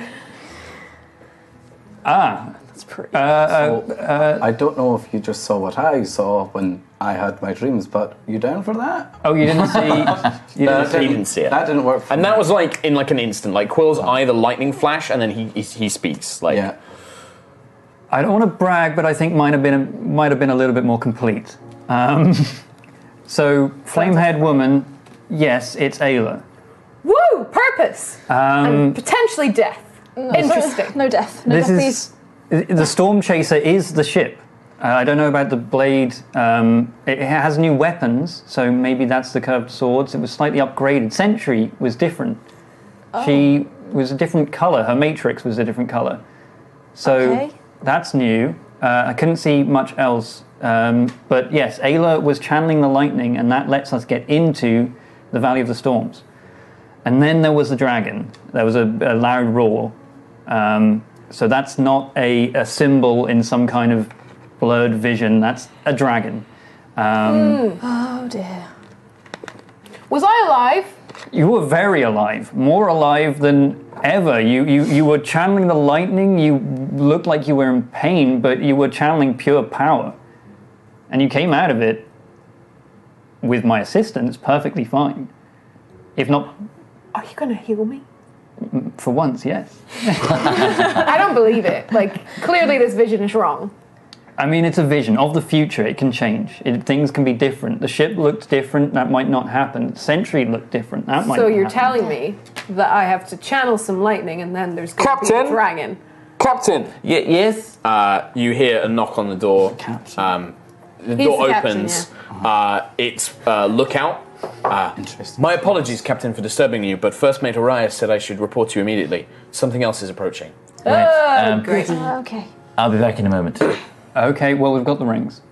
A: Ah,
F: that's pretty. Uh,
A: Um,
F: I don't know if you just saw what I saw when I had my dreams, but you down for that?
A: Oh, you didn't
F: see.
L: He didn't see it. That
F: didn't work.
L: and that was like in like an instant, like Quill's eye, the lightning flash, and then he he, he speaks. Like
A: I don't want to brag, but I think mine have been a, might have been a little bit more complete. Um, [LAUGHS] so, flame-haired woman. Yes, it's Ayla.
D: Woo! Purpose
A: Um,
D: and potentially death. Interesting.
B: No death. No
A: this
B: death,
A: is the storm chaser is the ship. Uh, I don't know about the blade. Um, it it has new weapons, so maybe that's the curved swords. It was slightly upgraded. Sentry was different. She was a different color. Her matrix was a different color. So
B: Okay.
A: that's new. Uh, I couldn't see much else. Um, but yes, Ayla was channeling the lightning, and that lets us get into the Valley of the Storms. And then there was the dragon. There was a, a loud roar. Um, so that's not a, a symbol in some kind of blurred vision. That's a dragon. Um,
D: oh dear. Was I alive?
A: You were very alive, more alive than ever. You, you, you were channeling the lightning. You looked like you were in pain, but you were channeling pure power. And you came out of it with my assistance perfectly fine. If not
D: Are you going to heal me?
A: for once, yes.
D: I don't believe it. Like, clearly this vision is wrong.
A: I mean, it's a vision of the future. It can change. It, things can be different. The ship looked different. That might not happen. Century looked different. That might
D: So
A: not
D: you're
A: happen.
D: telling me that I have to channel some lightning and then there's going to be a
L: Captain?
D: dragon.
A: Oh,
L: Captain!
C: yes?
L: Uh, you hear a knock on the door. Um, the
D: He's
L: door
D: the captain,
L: opens. uh, it's uh, lookout. Uh, My apologies, Captain, for disturbing you, but First Mate Arias said I should report to you immediately. Something else is approaching.
C: Right, um,
E: Okay.
C: I'll be back in a moment.
A: Okay, well, we've got the rings.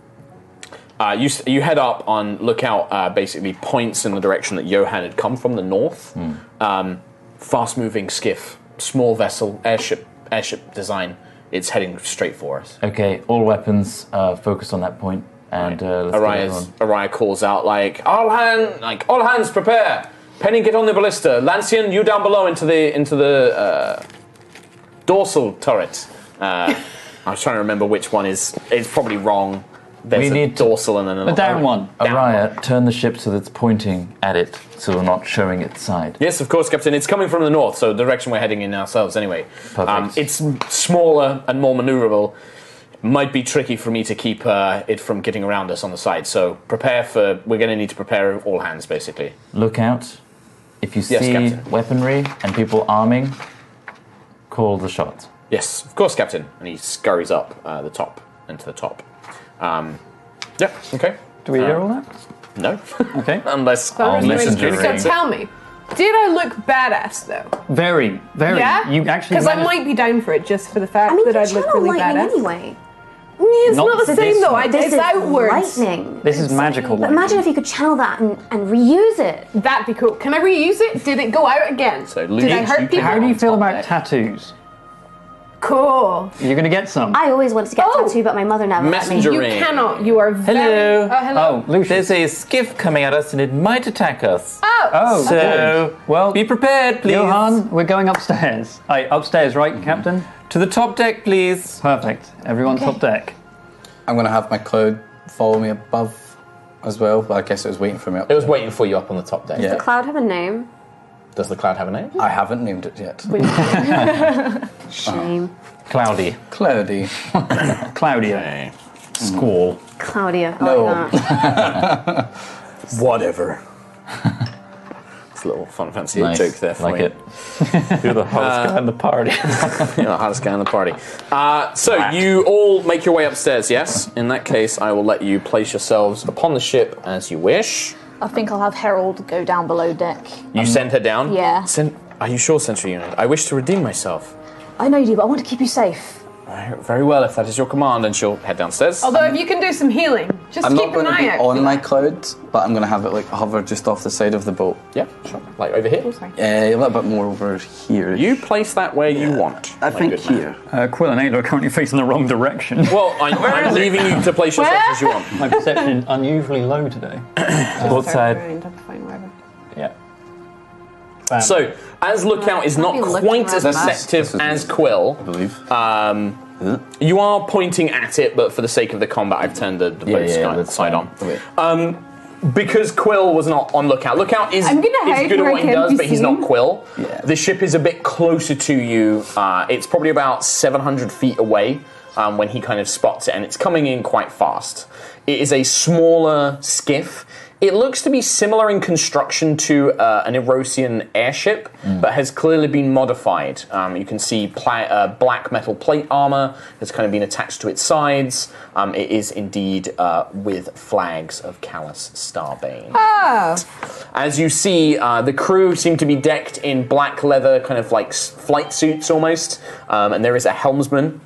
L: Uh, you, s- you head up on lookout, uh, basically points in the direction that Johan had come from, the north. Um, fast moving skiff, small vessel, airship, airship design. It's heading straight for us.
C: Okay, all weapons uh, focused on that point, and uh, let's get
L: Araya,
C: everyone.
L: Araya calls out like, "All hand, like all hands, prepare. Penny, get on the ballista. Lancian, you down below into the into the uh, dorsal turret." Uh, [LAUGHS] I was trying to remember which one is. It's probably wrong. There's
C: We
L: a
C: need
L: dorsal and then another.
C: Araya, turn the ship so that it's pointing at it, so we're not showing its side.
L: Yes, of course, Captain. It's coming from the north, so the direction we're heading in ourselves, anyway. Um, it's smaller and more maneuverable. Might be tricky for me to keep uh, it from getting around us on the side. So prepare for. We're going to need to prepare all hands, basically.
C: Look out. If you
L: Yes,
C: see
L: Captain.
C: weaponry and people arming, call the shots.
L: Yes, of course, Captain. And he scurries up uh, the top into the top. Um, yeah. Okay.
A: Do we
L: Uh,
A: hear all that?
L: No. [LAUGHS]
A: Okay.
L: Unless
D: So, I'm just doing-
C: messenger
D: so
C: ring.
D: tell me, did I look badass though?
A: Very, very.
D: yeah?
A: You actually.
D: Because I
A: managed-
D: might be down for it just for the fact
E: I mean,
D: that
E: you
D: I'd look
E: channel
D: really
E: lightning
D: badass.
E: anyway.
D: It's
A: Not
D: not, the
A: this
D: same though. I,
E: This
D: it's
E: is
D: outwards.
E: lightning.
A: This is magical.
E: But imagine if you could channel that and, and reuse it.
D: That'd be cool. Can I reuse it? Did it go out again?
L: So,
D: Did I hurt people?
A: How do you feel about tattoos?
D: Cool.
A: You're going to get some.
E: I always wanted to get
D: Oh!
E: a tattoo, but my mother never let me.
C: Messenger
D: You
C: ring.
D: cannot. You are very.
C: Hello.
D: Oh, hello.
A: Oh, Lucius.
C: There's a skiff coming at us, and it might attack us.
D: Oh.
A: Oh,
C: so
A: good. well,
C: be prepared, please.
A: Johan, we're going upstairs. Aye, upstairs, right, Captain?
C: To the top deck, please.
A: Perfect. Everyone, top deck.
F: I'm going to have my cloud follow me above as well, but I guess it was waiting for me up
L: It was waiting for you up on the top deck.
F: Yeah.
E: Cloud have a name.
L: Does the cloud have a name?
F: I haven't named it yet.
E: Shame.
C: Cloudy.
F: Cloudy.
A: Claudia.
C: Squall.
E: Claudia. Oh, I
F: No.
E: like
A: [LAUGHS]
E: that.
L: [LAUGHS]
F: Whatever.
L: It's a little fun fancy
C: Nice.
L: joke there for
C: like
L: you.
C: it. You're the hottest guy in the party.
L: [LAUGHS] You're the hottest guy in the party. Uh, so you all make your way upstairs. Yes. In that case, I will let you place yourselves upon the ship as you wish.
B: I think I'll have Harold go down below deck.
L: You send her down.
B: Yeah.
L: Sen- are you sure, Sentry Unit? I wish to redeem myself.
B: I know you do, but I want to keep you safe.
L: Very well, if that is your command, and she'll head downstairs.
D: Although if you can do some healing, just
F: I'm
D: keep
F: not
D: an
F: going to
D: eye
F: be
D: out.
F: on my cloud, but I'm going to have it like hover just off the side of the boat.
L: yeah, sure. Like over here.
F: Uh, a little bit more over here. Oh
L: You place that where you want.
F: I
L: my
F: think
L: good man.
F: here.
A: Uh, Quill and Ada are currently facing the wrong direction.
L: Well, I, I'm leaving you to place yourself as you want.
A: [LAUGHS] My perception unusually low [COUGHS] today.
C: Both side.
A: Yeah.
L: So, as Lookout is not
E: I'd be looking
L: quite as
E: around that.
L: effective
F: This is-
L: as Quill, um,
F: I believe.
L: You are pointing at it, but for the sake of the combat, I've turned the, the
C: Yeah,
L: both
C: yeah,
L: sky-
C: that's
L: side on.
F: Okay.
L: Um, because Quill was not on lookout. Lookout is,
D: I'm gonna
L: is
D: hide
L: good at
D: where
L: what
D: I
L: he
D: can
L: does,
D: be
L: but he's
D: seen.
L: not Quill.
F: Yeah.
L: The ship is a bit closer to you. Uh, it's probably about 700 feet away um, when he kind of spots it, and it's coming in quite fast. It is a smaller skiff. It looks to be similar in construction to uh, an Erosian airship, but has clearly been modified. Um, you can see pla- uh, black metal plate armor has kind of been attached to its sides. Um, it is indeed uh, with flags of Callus Starbane. As you see, uh, the crew seem to be decked in black leather, kind of like s- flight suits almost, um, and there is a helmsman.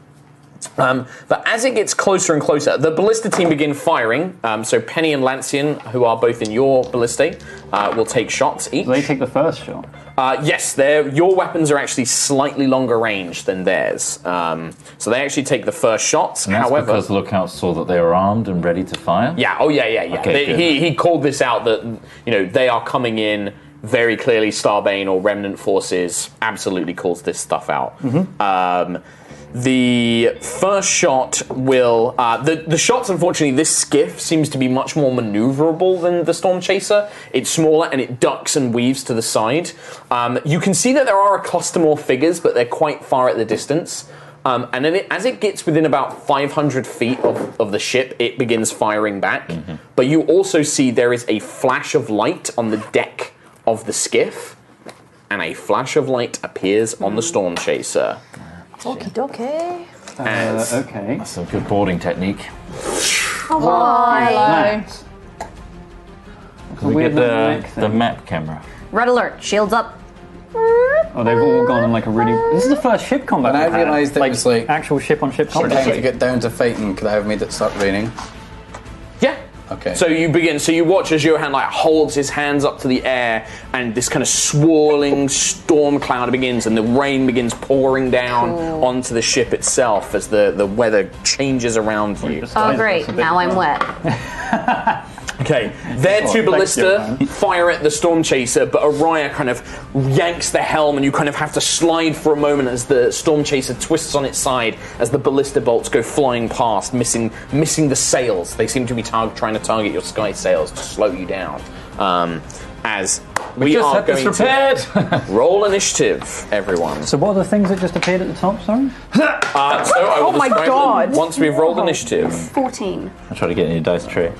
L: Um, but as it gets closer and closer, the ballista team begin firing. Um, so Penny and Lancian, who are both in your ballista, uh, will take shots each.
A: They take the first shot.
L: Uh, yes, their your weapons are actually slightly longer range than theirs. Um, so they actually take the first shots.
C: And that's
L: However,
C: because Lookout saw that they were armed and ready to fire.
L: yeah. Oh, yeah, yeah, yeah.
C: Okay,
L: They-
C: good.
L: he, he called this out that you know they are coming in very clearly Starbane or Remnant forces absolutely calls this stuff out.
N: Mhm.
C: Mm-hmm.
L: Um, the first shot will uh, the the shots. Unfortunately, this skiff seems to be much more maneuverable than the storm chaser. It's smaller and it ducks and weaves to the side. Um, you can see that there are a cluster more figures, but they're quite far at the distance. Um, and then it, as it gets within about 500 feet of, of the ship, it begins firing back. But you also see there is a flash of light on the deck of the skiff, and a flash of light appears on the storm chaser.
B: Okie dokie.
L: okay.
C: That's a good boarding technique.
B: Oh,
C: Hello. Can we
A: weird
C: get
A: little
C: the,
A: neck
C: the map camera?
H: Red alert. Shields up.
A: Oh, they've all gone on like a really. This is the first ship combat.
F: When I
A: we've had.
F: realised it
A: like,
F: was like
A: actual ship on ship combat.
F: Sometimes you get down to fighting. Could I have made it start raining?
L: Yeah.
F: Okay.
L: So you begin. So you watch as Johan like holds his hands up to the air, and this kind of swirling storm cloud begins, and the rain begins pouring down onto the ship itself as the, the weather changes around you.
H: Oh great! Now I'm wet.
L: Okay, their
H: Oh,
L: two
H: thank
L: ballista fire at the storm chaser, but Araya kind of yanks the helm, and you kind of have to slide for a moment as the storm chaser twists on its side as the ballista bolts go flying past, missing missing the sails. They seem to be tar- trying to target your sky sails to slow you down. Um, as we,
C: just
L: are
C: had this
L: going to roll initiative, everyone.
A: So what are the things that just appeared at the top? Sorry.
L: Uh, so I will
A: Oh my
L: describe them
A: God.
L: Once we've
H: [LAUGHS]
L: rolled initiative,
H: Fourteen.
C: I'll try to get in your dice tray.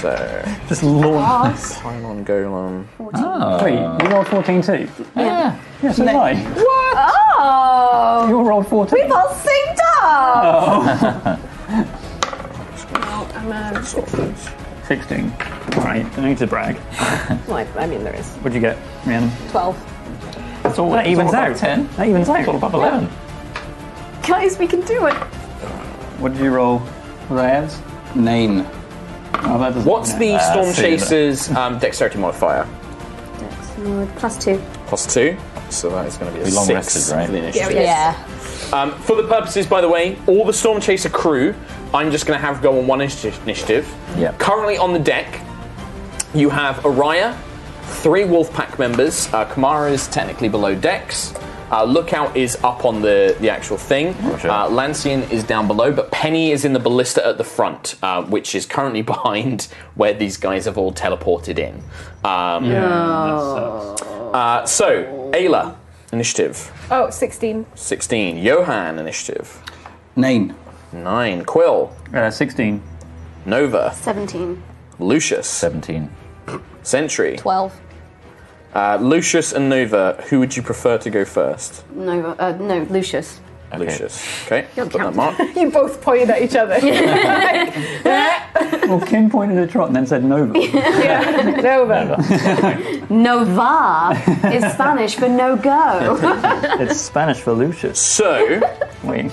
L: so
A: just launch.
L: Pylon Golem.
A: Wait, you rolled 14 too?
H: Ah. Yeah.
A: Yeah, so did I.
H: What? Oh.
A: You rolled 14.
H: We've all synced up.
D: um,
A: Oh. 16. Alright, no need to brag.
B: Well, I, I mean, there is.
A: What'd you get, Rhiannon?
B: 12.
A: That's all, that evens out. 10. That evens out. all above 11.
H: Guys, we can do it.
A: What did you roll? Was I Evs?
F: Nine.
A: Oh, that doesn't
L: What's the
A: count.
L: storm chaser's um, dexterity modifier?
H: Plus two.
L: plus two. So that is going to be a
C: We long
L: six
C: rested, right?
L: for the initiative.
B: Yeah.
L: Um, for the purposes, by the way, all the storm chaser crew, I'm just going to have go on one initi- initiative.
C: Yeah.
L: Currently on the deck, you have Araya, three wolf pack members. Uh, Kamara is technically below decks. Uh, Lookout is up on the, the actual thing. Uh, Lancian is down below, but Penny is in the ballista at the front, uh, which is currently [LAUGHS] behind where these guys have all teleported in. Um, uh, so, Ayla, initiative.
D: Oh, 16.
L: 16. Johan, initiative.
F: Nine.
L: Nine. Quill.
A: Uh, 16.
L: Nova.
H: 17.
L: Lucius. 17. Sentry.
B: 12.
L: Uh, Lucius and Nova, who would you prefer to go first?
H: No, uh, no, Lucius.
L: Lucius. Okay,
H: You're
L: put that mark.
D: you both pointed at
E: [LAUGHS]
D: each other.
A: well, Kim pointed at Trot and then said
E: [LAUGHS]
A: Nova.
D: yeah. Nova.
A: [LAUGHS]
H: Nova is Spanish for no go.
A: it's Spanish for Lucius.
L: So,
A: Wait.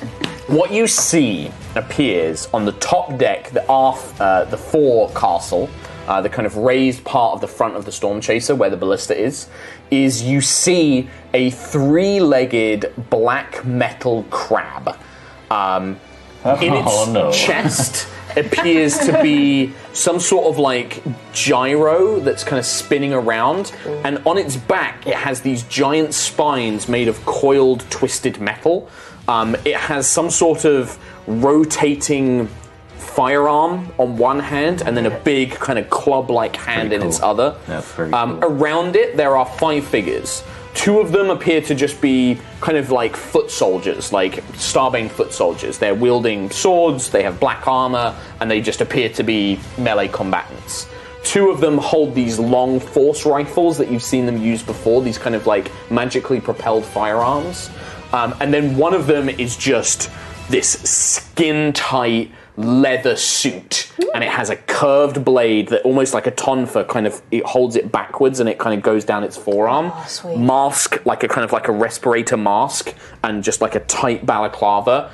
L: what you see appears on the top deck, the aft, uh, the fore castle, uh, the kind of raised part of the front of the storm chaser where the ballista is, is you see a three-legged black metal crab. Um, in its
C: [LAUGHS] Oh, no. [LAUGHS]
L: chest appears to be some sort of like gyro that's kind of spinning around, and on its back it has these giant spines made of coiled, twisted metal. Um, it has some sort of rotating firearm on one hand, and then a big kind of club-like hand in its other. Um, Around it, there are five figures. Two of them appear to just be kind of like foot soldiers, like Starbane foot soldiers. They're wielding swords, they have black armor, and they just appear to be melee combatants. Two of them hold these long force rifles that you've seen them use before, these kind of like magically propelled firearms. Um, and then one of them is just this skin tight leather suit and it has a curved blade that almost like a tonfa kind of it holds it backwards and it kind of goes down its forearm mask like a kind of like a respirator mask and just like a tight balaclava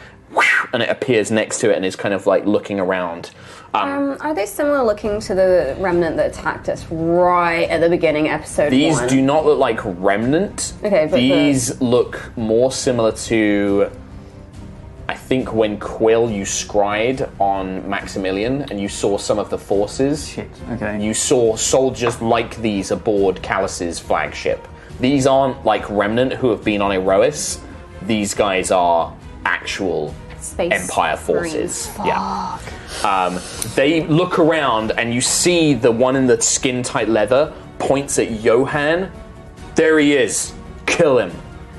L: and it appears next to it and is kind of like looking around um,
H: Um, are they similar looking to the remnant that attacked us right at the beginning, episode
L: these
H: one?
L: do not look like remnant
H: Okay, but the-
L: these look more similar to i think when Quill you scried on Maximilian and you saw some of the forces. Shit.
A: Okay.
L: You saw soldiers like these aboard Callus's flagship. These aren't like Remnant who have been on Erois. These guys are actual
E: Space
L: Empire forces.
E: Marines.
L: Yeah. Um, they look around and you see the one in the skin tight leather points at Johan. There he is. Kill him.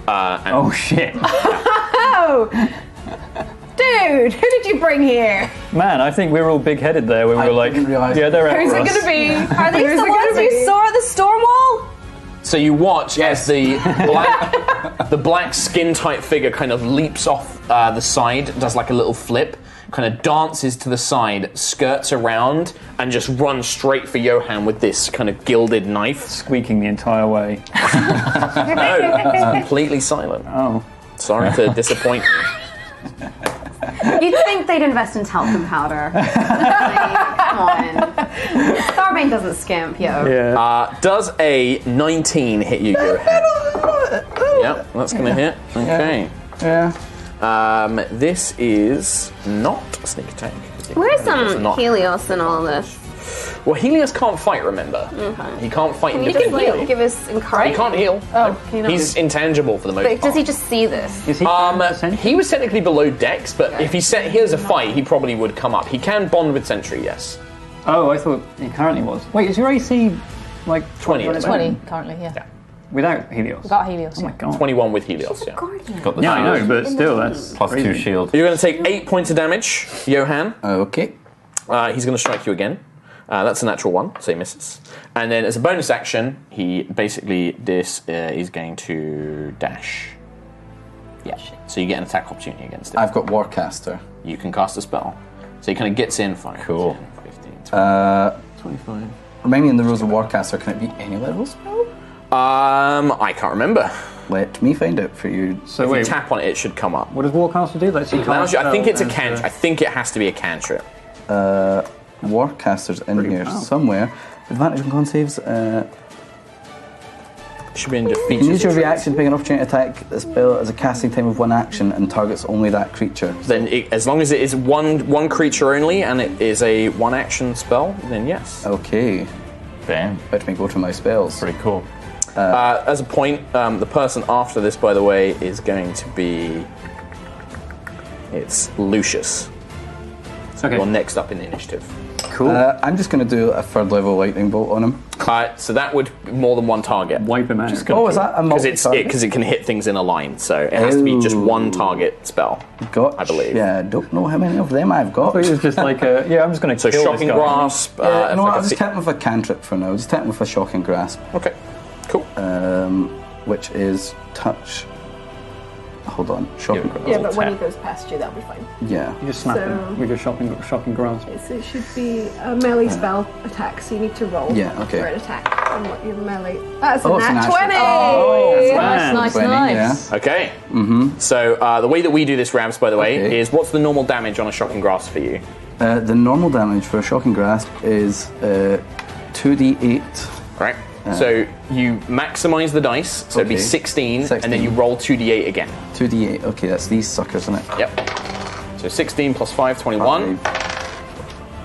L: Uh, and
A: oh shit.
D: Oh! Dude, who did you bring here?
A: Man, I think we were all big headed there. We were like, yeah, they're out
D: Who's
A: for
D: it
A: us.
D: gonna be?
H: Are these
D: Who's
H: the
D: it gonna
H: ones you
D: be?
H: saw at the storm wall?
L: So you watch as the black, the black skin tight figure kind of leaps off uh, the side, does like a little flip, kind of dances to the side, skirts around, and just runs straight for Johan with this kind of gilded knife.
A: [LAUGHS] Squeaking the entire way.
L: no, it's completely silent.
A: Oh.
L: Sorry to disappoint you.
E: You'd think they'd invest in talcum
L: [LAUGHS]
E: powder. Come on. Starbane doesn't skimp, yo.
L: Uh, does a 19 hit you, Johan? yep, that's going to hit. Okay.
F: Yeah.
L: Um, this is not a sneak attack.
E: Where's
L: It's
E: um,
L: not.
E: Helios and all this?
L: Well, Helios can't fight, remember? He can't fight
E: Can you just
L: independently.
E: like, give us encourage?
L: He can't heal.
E: Oh, can you not?
L: He's intangible for the most
E: But does
L: part.
E: he just see this?
A: Is he
L: um, he was technically below Dex, but if he set here's a fight, he probably would come up. He can bond with Sentry, yes.
A: Oh, I thought he currently was. Wait, is your AC like
L: 20 at the moment.
B: 20 currently, yeah.
A: without Helios?
B: Got Helios.
A: Oh my god.
L: 21 with Helios,
E: Oh,
L: yeah.
C: Got the
A: Yeah, I know,
C: shield.
A: but still, that's
C: Plus
A: crazy.
C: two shield.
L: You're going to take eight points of damage, Johan.
F: Oh, Okay.
L: Uh, he's going to strike you again. Uh, that's a natural one, so he misses. And then as a bonus action, he basically this uh, is going to dash. Yeah. So you get an attack opportunity against it.
F: I've got Warcaster.
L: You can cast a spell. So he kind of gets in. Fine.
C: Cool.
L: 15,
F: Uh,
L: 25.
F: remind me in the rules of Warcaster, can it be any levels?
L: Um, I can't remember.
F: Let me find out for you.
A: So
L: If you
A: wait,
L: tap on it, it should come up.
A: what does Warcaster do? That's
L: Allows you- I think it's a cantrip. I think it has to be a cantrip.
F: Warcaster's in here
A: proud.
F: somewhere. Advantage on con saves. Uh,
L: It should be under
F: you
L: features.
F: use your
L: and traits.
F: reaction to make an opportunity attack. The spell as a casting time of one action and targets only that creature.
L: Then, it, as long as it is one one creature only, and it is a one action spell, then yes.
F: Okay.
C: Bam.
F: Let me go to my spells.
C: Pretty cool.
L: Uh, as a point, um, the person after this, by the way, is going to be. It's Lucius. So
A: Okay.
L: you're next up in the initiative.
A: Cool.
F: Uh, I'm just going to do a third level lightning bolt on him.
L: Uh, so that would be more than one target.
A: Wipe him out.
F: Oh, is that a
L: Because
F: multi
L: it's because it, can hit things in a line, so it has to be just one target spell.
F: Got,
L: I believe.
F: Yeah, don't know how many of them I've got.
A: It was just like a [LAUGHS] yeah. I'm just going to
L: So
A: kill
L: shocking
A: this guy.
L: grasp. Uh,
F: Uh,
L: if
F: no,
L: I
F: I'll
L: can
F: just
L: see-
F: hit him with a cantrip for now. I'll just hit him with a shocking grasp,
L: Okay, cool.
F: um, which is touch. Hold on, shocking grasp.
D: Yeah, but when he goes past you, that'll be fine.
F: Yeah.
A: You just snap
D: So-
A: him with your shocking shocking grasp.
D: So it should be a melee spell attack, so you need to roll
F: Hmm. Yeah, okay.
D: for an attack on what your melee. That's
F: Oh,
D: a
F: it's an
D: nat
F: actual-
D: 20!
A: Man.
B: Nice, nice,
F: 20,
B: nice.
L: Okay. Mm-hmm. So uh, the way that we do this, Rams, by the way,
F: Okay.
L: is what's the normal damage on a shocking grasp for you?
F: yeah. Uh, the normal damage for a shocking grasp is uh, 2d8.
L: Right. so you maximize the dice, so it'd be
F: Ah. Okay.
L: 16, and then
F: 16.
L: you roll 2d8 again.
F: 2d8, okay, that's these suckers, isn't it?
L: Yep. So 16 plus 5, 21.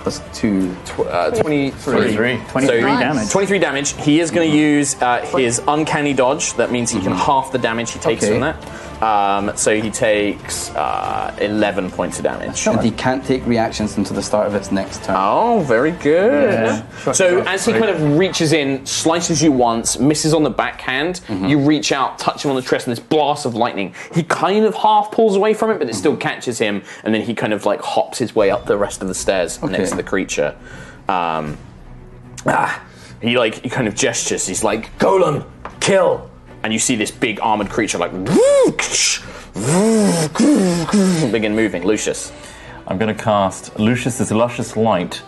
F: Plus 2.
L: Tw- uh, 23.
C: 23.
A: 23 damage.
L: 23 damage. He is
F: Mm-hmm.
L: going to use uh, his uncanny dodge. That means he can half the damage he takes
F: Okay.
L: from that. Um, so he takes uh, 11 points of damage.
F: And he can't take reactions until the start of its next turn.
L: Oh, very good.
A: Yeah.
L: So as he kind of reaches in, slices you once, misses on the backhand,
C: Mm-hmm.
L: you reach out, touch him on the chest, and this blast of lightning. He kind of half pulls away from it, but it still
C: Mm-hmm.
L: catches him, and then he kind of like hops his way up the rest of the stairs next to the creature. Um, ah, he like he kind of gestures. He's like, "Golem, kill!" And you see this big armored creature like [LAUGHS] begin moving. Lucius.
C: I'm going to cast Lucius's Luscious Light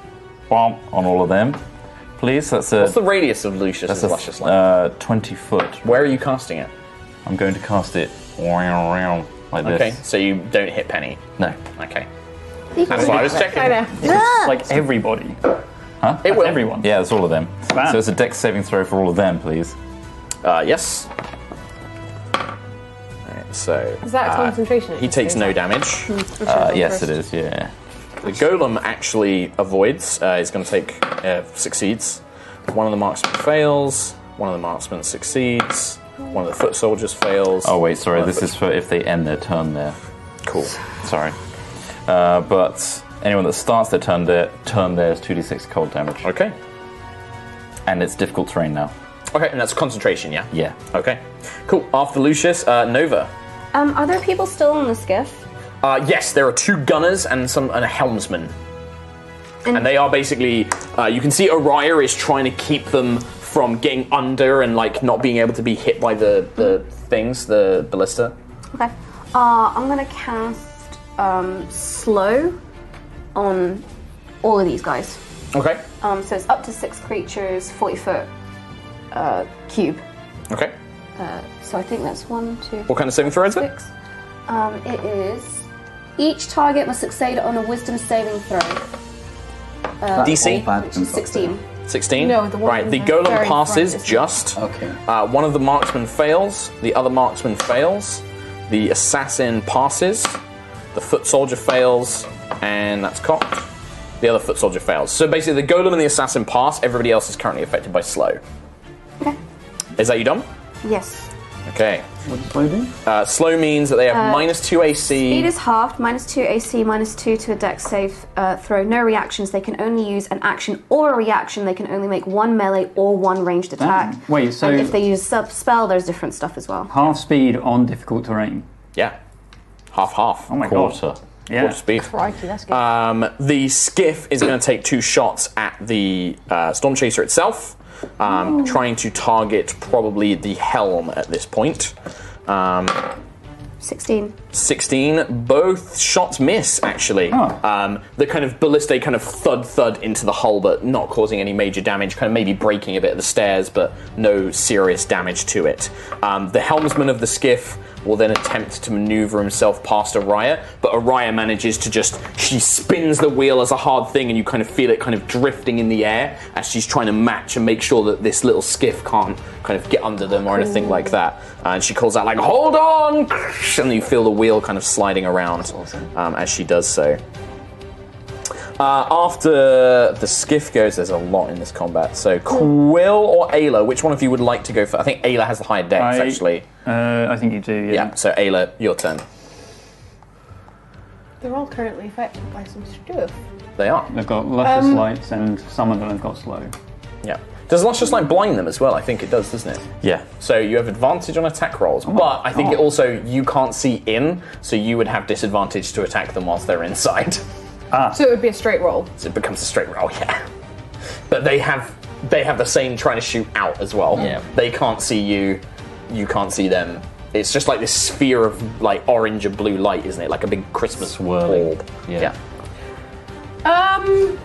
C: Bom, on all of them. Please, that's a,
L: What's the radius of Lucius?
C: that's a
L: luscious light.
C: uh, 20 foot.
L: Where are you casting it?
C: I'm going to cast it like this.
L: Okay, so you don't hit Penny.
C: No.
L: Okay. That's why I was checking.
A: Like everybody.
L: It will.
A: Everyone.
C: Yeah, it's all of them.
A: Bam.
C: So it's a dex saving throw for all of them, please.
L: Uh, yes. Uh, Alright, So
D: Is that a
L: uh,
D: concentration
L: he takes no damage.
D: Hmm, I should
L: Uh,
D: go
L: yes,
D: first.
L: it is. Yeah. The golem actually avoids. Uh, he's going to take uh, succeeds. One of the marksmen fails. One of the marksmen succeeds. One of the foot soldiers fails.
C: Oh wait, sorry.
L: One of
C: This
L: the
C: is for if they end their turn there.
L: Cool.
C: Sorry. Uh, but anyone that starts their turn there, turn there is two d six cold damage.
L: Okay.
C: And it's difficult terrain now.
L: foot- Okay, and that's concentration. Yeah.
C: Yeah.
L: Okay. Cool. After Lucius, uh, Nova.
E: Um, are there people still in the skiff?
L: Uh, yes, there are two gunners and some and a helmsman, and, they are basically. Uh, you can see Araya is trying to keep them from getting under and like not being able to be hit by the the things, the ballista.
E: Okay. Uh, I'm gonna cast um, slow on all of these guys.
L: Okay.
E: Um, so it's up to six creatures, 40 foot uh, cube.
L: Okay.
E: Uh, so I think that's one, two.
L: What kind of saving throw is it?
E: Um, it is. Each target must succeed on a wisdom saving throw. Uh,
L: DC?
E: 16.
L: 16?
E: No, the one
L: Right, the
E: in the very
L: golem
E: front
L: passes
E: is-
L: just.
F: Okay.
L: Uh, one of the marksmen fails, the other marksman fails, the assassin passes, the foot soldier fails, and that's cocked. The other foot soldier fails. So basically, the golem and the assassin pass, everybody else is currently affected by slow. Is that you done?
E: Yes.
L: Okay.
A: What does slow do?
L: Uh, slow means that they have
E: Uh,
L: minus 2 AC.
E: Speed is halved, minus 2 AC, minus 2 to a dex save uh, throw. No reactions. They can only use an action or a reaction. They can only make one melee or one ranged attack.
A: Wait, so
E: and if they use sub spell, there's different stuff as well.
A: half speed on difficult terrain.
L: Yeah. Half half.
A: Oh my
L: Quarter.
A: god. Yeah.
L: Quarter speed.
B: Crikey, that's good.
L: Um, the skiff is going to take two shots at the uh, storm chaser itself, um, trying to target probably the helm at this point. Um,
E: 16.
L: 16. Both shots miss, actually. Um, the kind of ballista kind of thud thud into the hull, but not causing any major damage, kind of maybe breaking a bit of the stairs, but no serious damage to it. Um, the helmsman of the skiff will then attempt to maneuver himself past Araya, but Araya manages to just. She spins the wheel as a hard thing, and you kind of feel it kind of drifting in the air as she's trying to match and make sure that this little skiff can't kind of get under them or anything like that. And she calls out, like, hold on! [LAUGHS] And you feel the wheel kind of sliding around um, as she does so. Uh, after the skiff goes, there's a lot in this combat. So, Quill or Ayla, which one of you would like to go for? I think Ayla has the higher dex,
A: I-
L: actually.
A: Uh, I think you do. Yeah.
L: Yeah, so Ayla, your turn.
D: They're all currently affected by some stuff.
L: They are.
A: They've got luscious
D: Um,
A: lights, and some of them have got slow.
L: Yeah. Does Luscious Light blind them as well? I think it does, doesn't it?
C: Yeah.
L: So you have advantage on attack rolls,
C: Oh
L: but I think it also you can't see in, so you would have disadvantage to attack them whilst they're inside.
C: Ah.
D: So it would be a straight roll.
L: So it becomes a straight roll, [LAUGHS] yeah. But they have they have the same trying to shoot out as well.
C: Yeah.
L: They can't see you, you can't see them. It's just like this sphere of like orange and blue light, isn't it? Like a big Christmas
C: Swirling.
L: orb.
C: Yeah.
D: Um,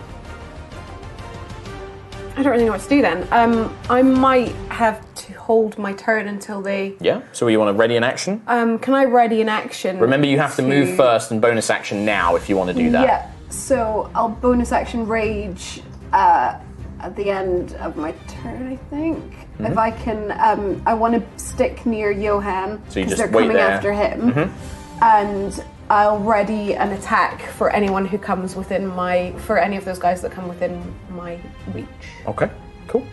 D: I don't really know what to do then. Um, I might have to hold my turn until they.
L: Yeah. So you want to ready an action?
D: Um, can I ready an action?
L: Remember you have to move
D: first.
L: first and bonus action now if you want to do that.
E: Yeah, so I'll bonus action rage uh, at the end of my turn, I think.
L: Mm-hmm.
E: If I can, um, I want to stick near Johan
L: So you
E: because they're
L: just wait
E: coming
L: there.
E: after him.
D: and I'll ready an attack for anyone who comes within my for any of those guys that come within my reach.
L: Okay, cool.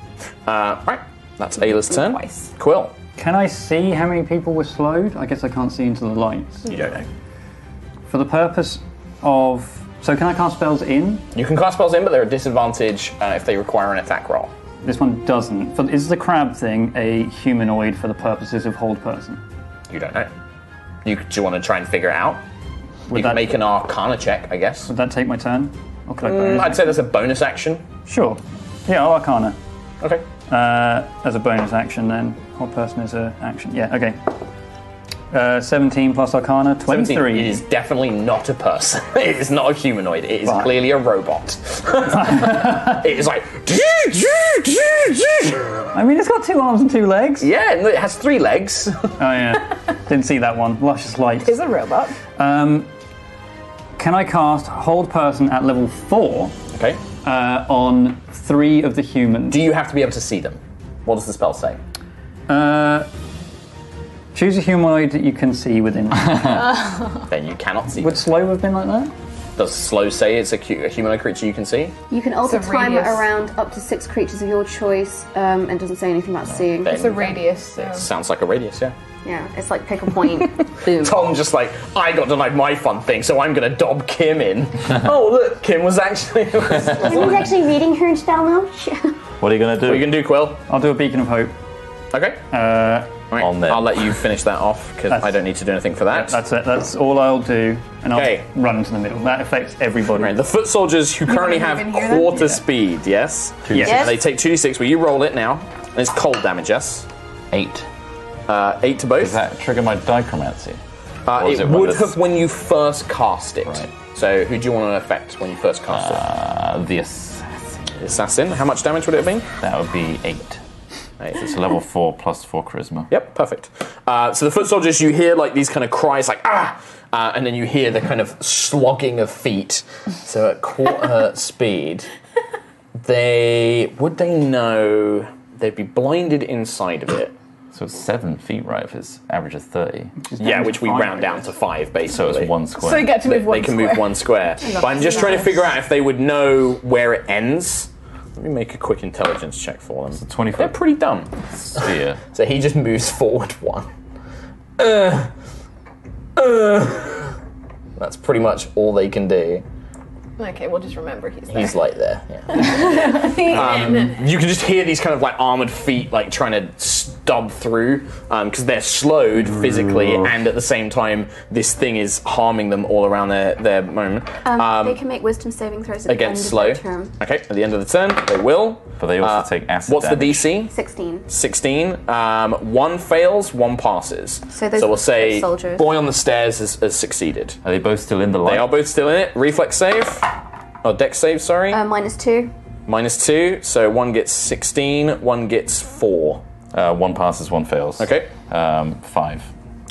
L: Uh, right, that's Ayla's turn.
D: Twice.
L: Quill.
A: Can I see how many people were slowed? I guess I can't see into the lights.
L: You don't know.
A: For the purpose of, so can I cast spells in?
L: You can cast spells in, but they're at disadvantage uh, if they require an attack roll.
A: This one doesn't. For, is the crab thing a humanoid for the purposes of hold person?
L: You don't know. You, do you want to try and figure it out?
A: Would
L: you
A: that-
L: can make an Arcana check, I guess.
A: Would that take my turn? Or could I
L: Mm,
A: bonus
L: I'd
A: it?
L: say that's a bonus action.
A: Sure. Yeah, I'll Arcana.
L: Okay.
A: Uh, as a bonus action, then hold person is a action. Yeah. Okay. Uh, 17 plus Arcana,
L: 17.
A: 23.
L: It is definitely not a person. [LAUGHS] it is not a humanoid. It is
A: Right.
L: clearly a [LAUGHS] robot. it is like. [LAUGHS]
A: I mean, it's got two arms and two legs.
L: Yeah, no, it has three legs. [LAUGHS]
A: Oh yeah, didn't see that one. Luscious light.
D: Is a robot.
A: Um, can I cast hold person at level four
L: okay.
A: uh, on three of the humans?
L: Do you have to be able to see them? What does the spell say?
A: Uh, Choose a humanoid that you can see
L: [LAUGHS]
A: within.
L: then you cannot see.
A: Would Slow have been like that?
L: Does Slow say it's a, cu- a humanoid creature you can see?
H: You can alter
D: It's a
H: time
D: radius.
H: around up to six creatures of your choice, um, and doesn't say anything about seeing.
L: Then- It's a
H: radius.
L: Sounds like a radius, yeah.
H: Yeah, it's like pick a
L: [LAUGHS]
H: point. Boom.
L: Tom just like, I got denied my fun thing, so I'm gonna dob Kim [LAUGHS] in. oh, look, Kim was actually. [LAUGHS]
H: Everyone's actually reading her spell now.
L: What are you gonna do? What are you gonna do, Quill?
A: I'll do a Beacon of Hope.
L: Okay.
A: Uh,
L: on there. I'll let you finish that off because I don't need to do anything for that.
A: That's it. That's all I'll do, and I'll
L: Okay.
A: run to the middle. That affects everybody.
L: Right, the foot soldiers who
A: You
L: currently
A: don't
L: have
A: even hear them?
L: quarter speed, yes?
A: Two Yes. D six.
L: And They take 2d6, well, you roll it now, and it's cold damage, yes? Eight. Uh, eight to both. Does that trigger my dichromancy? Uh,
C: Or
L: it,
C: is it one
L: would
C: that's-
L: have when you first cast it. So, who do you want to affect when you first cast
C: Uh,
L: it? The assassin. Assassin. How much damage would it have been? That would be eight. eight.
C: It's level four plus four charisma.
L: Yep, perfect. Uh, so the foot soldiers, you hear like these kind of cries, like ah, uh, and then you hear the kind of slogging of feet. So at [LAUGHS] quarter speed, they would they know they'd be blinded inside of it.
C: So it's seven feet, right? If it's average of thirty.
L: Yeah, which we round down to five, basically.
C: So it's one square.
L: So you get to move They- one they can move square. one [LAUGHS] square. But I'm just trying to figure out if they would know where it ends. Let me make a quick intelligence check for them. They're pretty dumb.
C: Yeah.
L: So he just moves [LAUGHS] forward one. Uh, uh. That's pretty much all they can do.
D: Okay, we'll just remember he's there.
L: He's like there.
D: [LAUGHS] Um,
L: Um, you can just hear these kind of like armored feet like trying to stub through because they're slowed physically and at the same time this thing is harming them all around their their moment.
H: [LAUGHS] Um,
L: Um,
H: they can make wisdom saving throws at
L: against
H: the end
L: slow.
H: of their term.
L: Okay, at the end of the turn they will. But they also take acid. What's the DC?
H: Sixteen.
L: Sixteen. Um, one fails, one passes.
H: So those
L: we'll say
H: soldiers-
L: boy on the stairs has, has succeeded. Are they both still in the
C: light?
L: They are both still in it. Reflex save. Oh, deck save. Sorry.
H: Uh, minus two.
L: Minus two, so one gets 16, one gets four.
C: Uh, one passes, one fails.
L: Okay.
C: Um, five.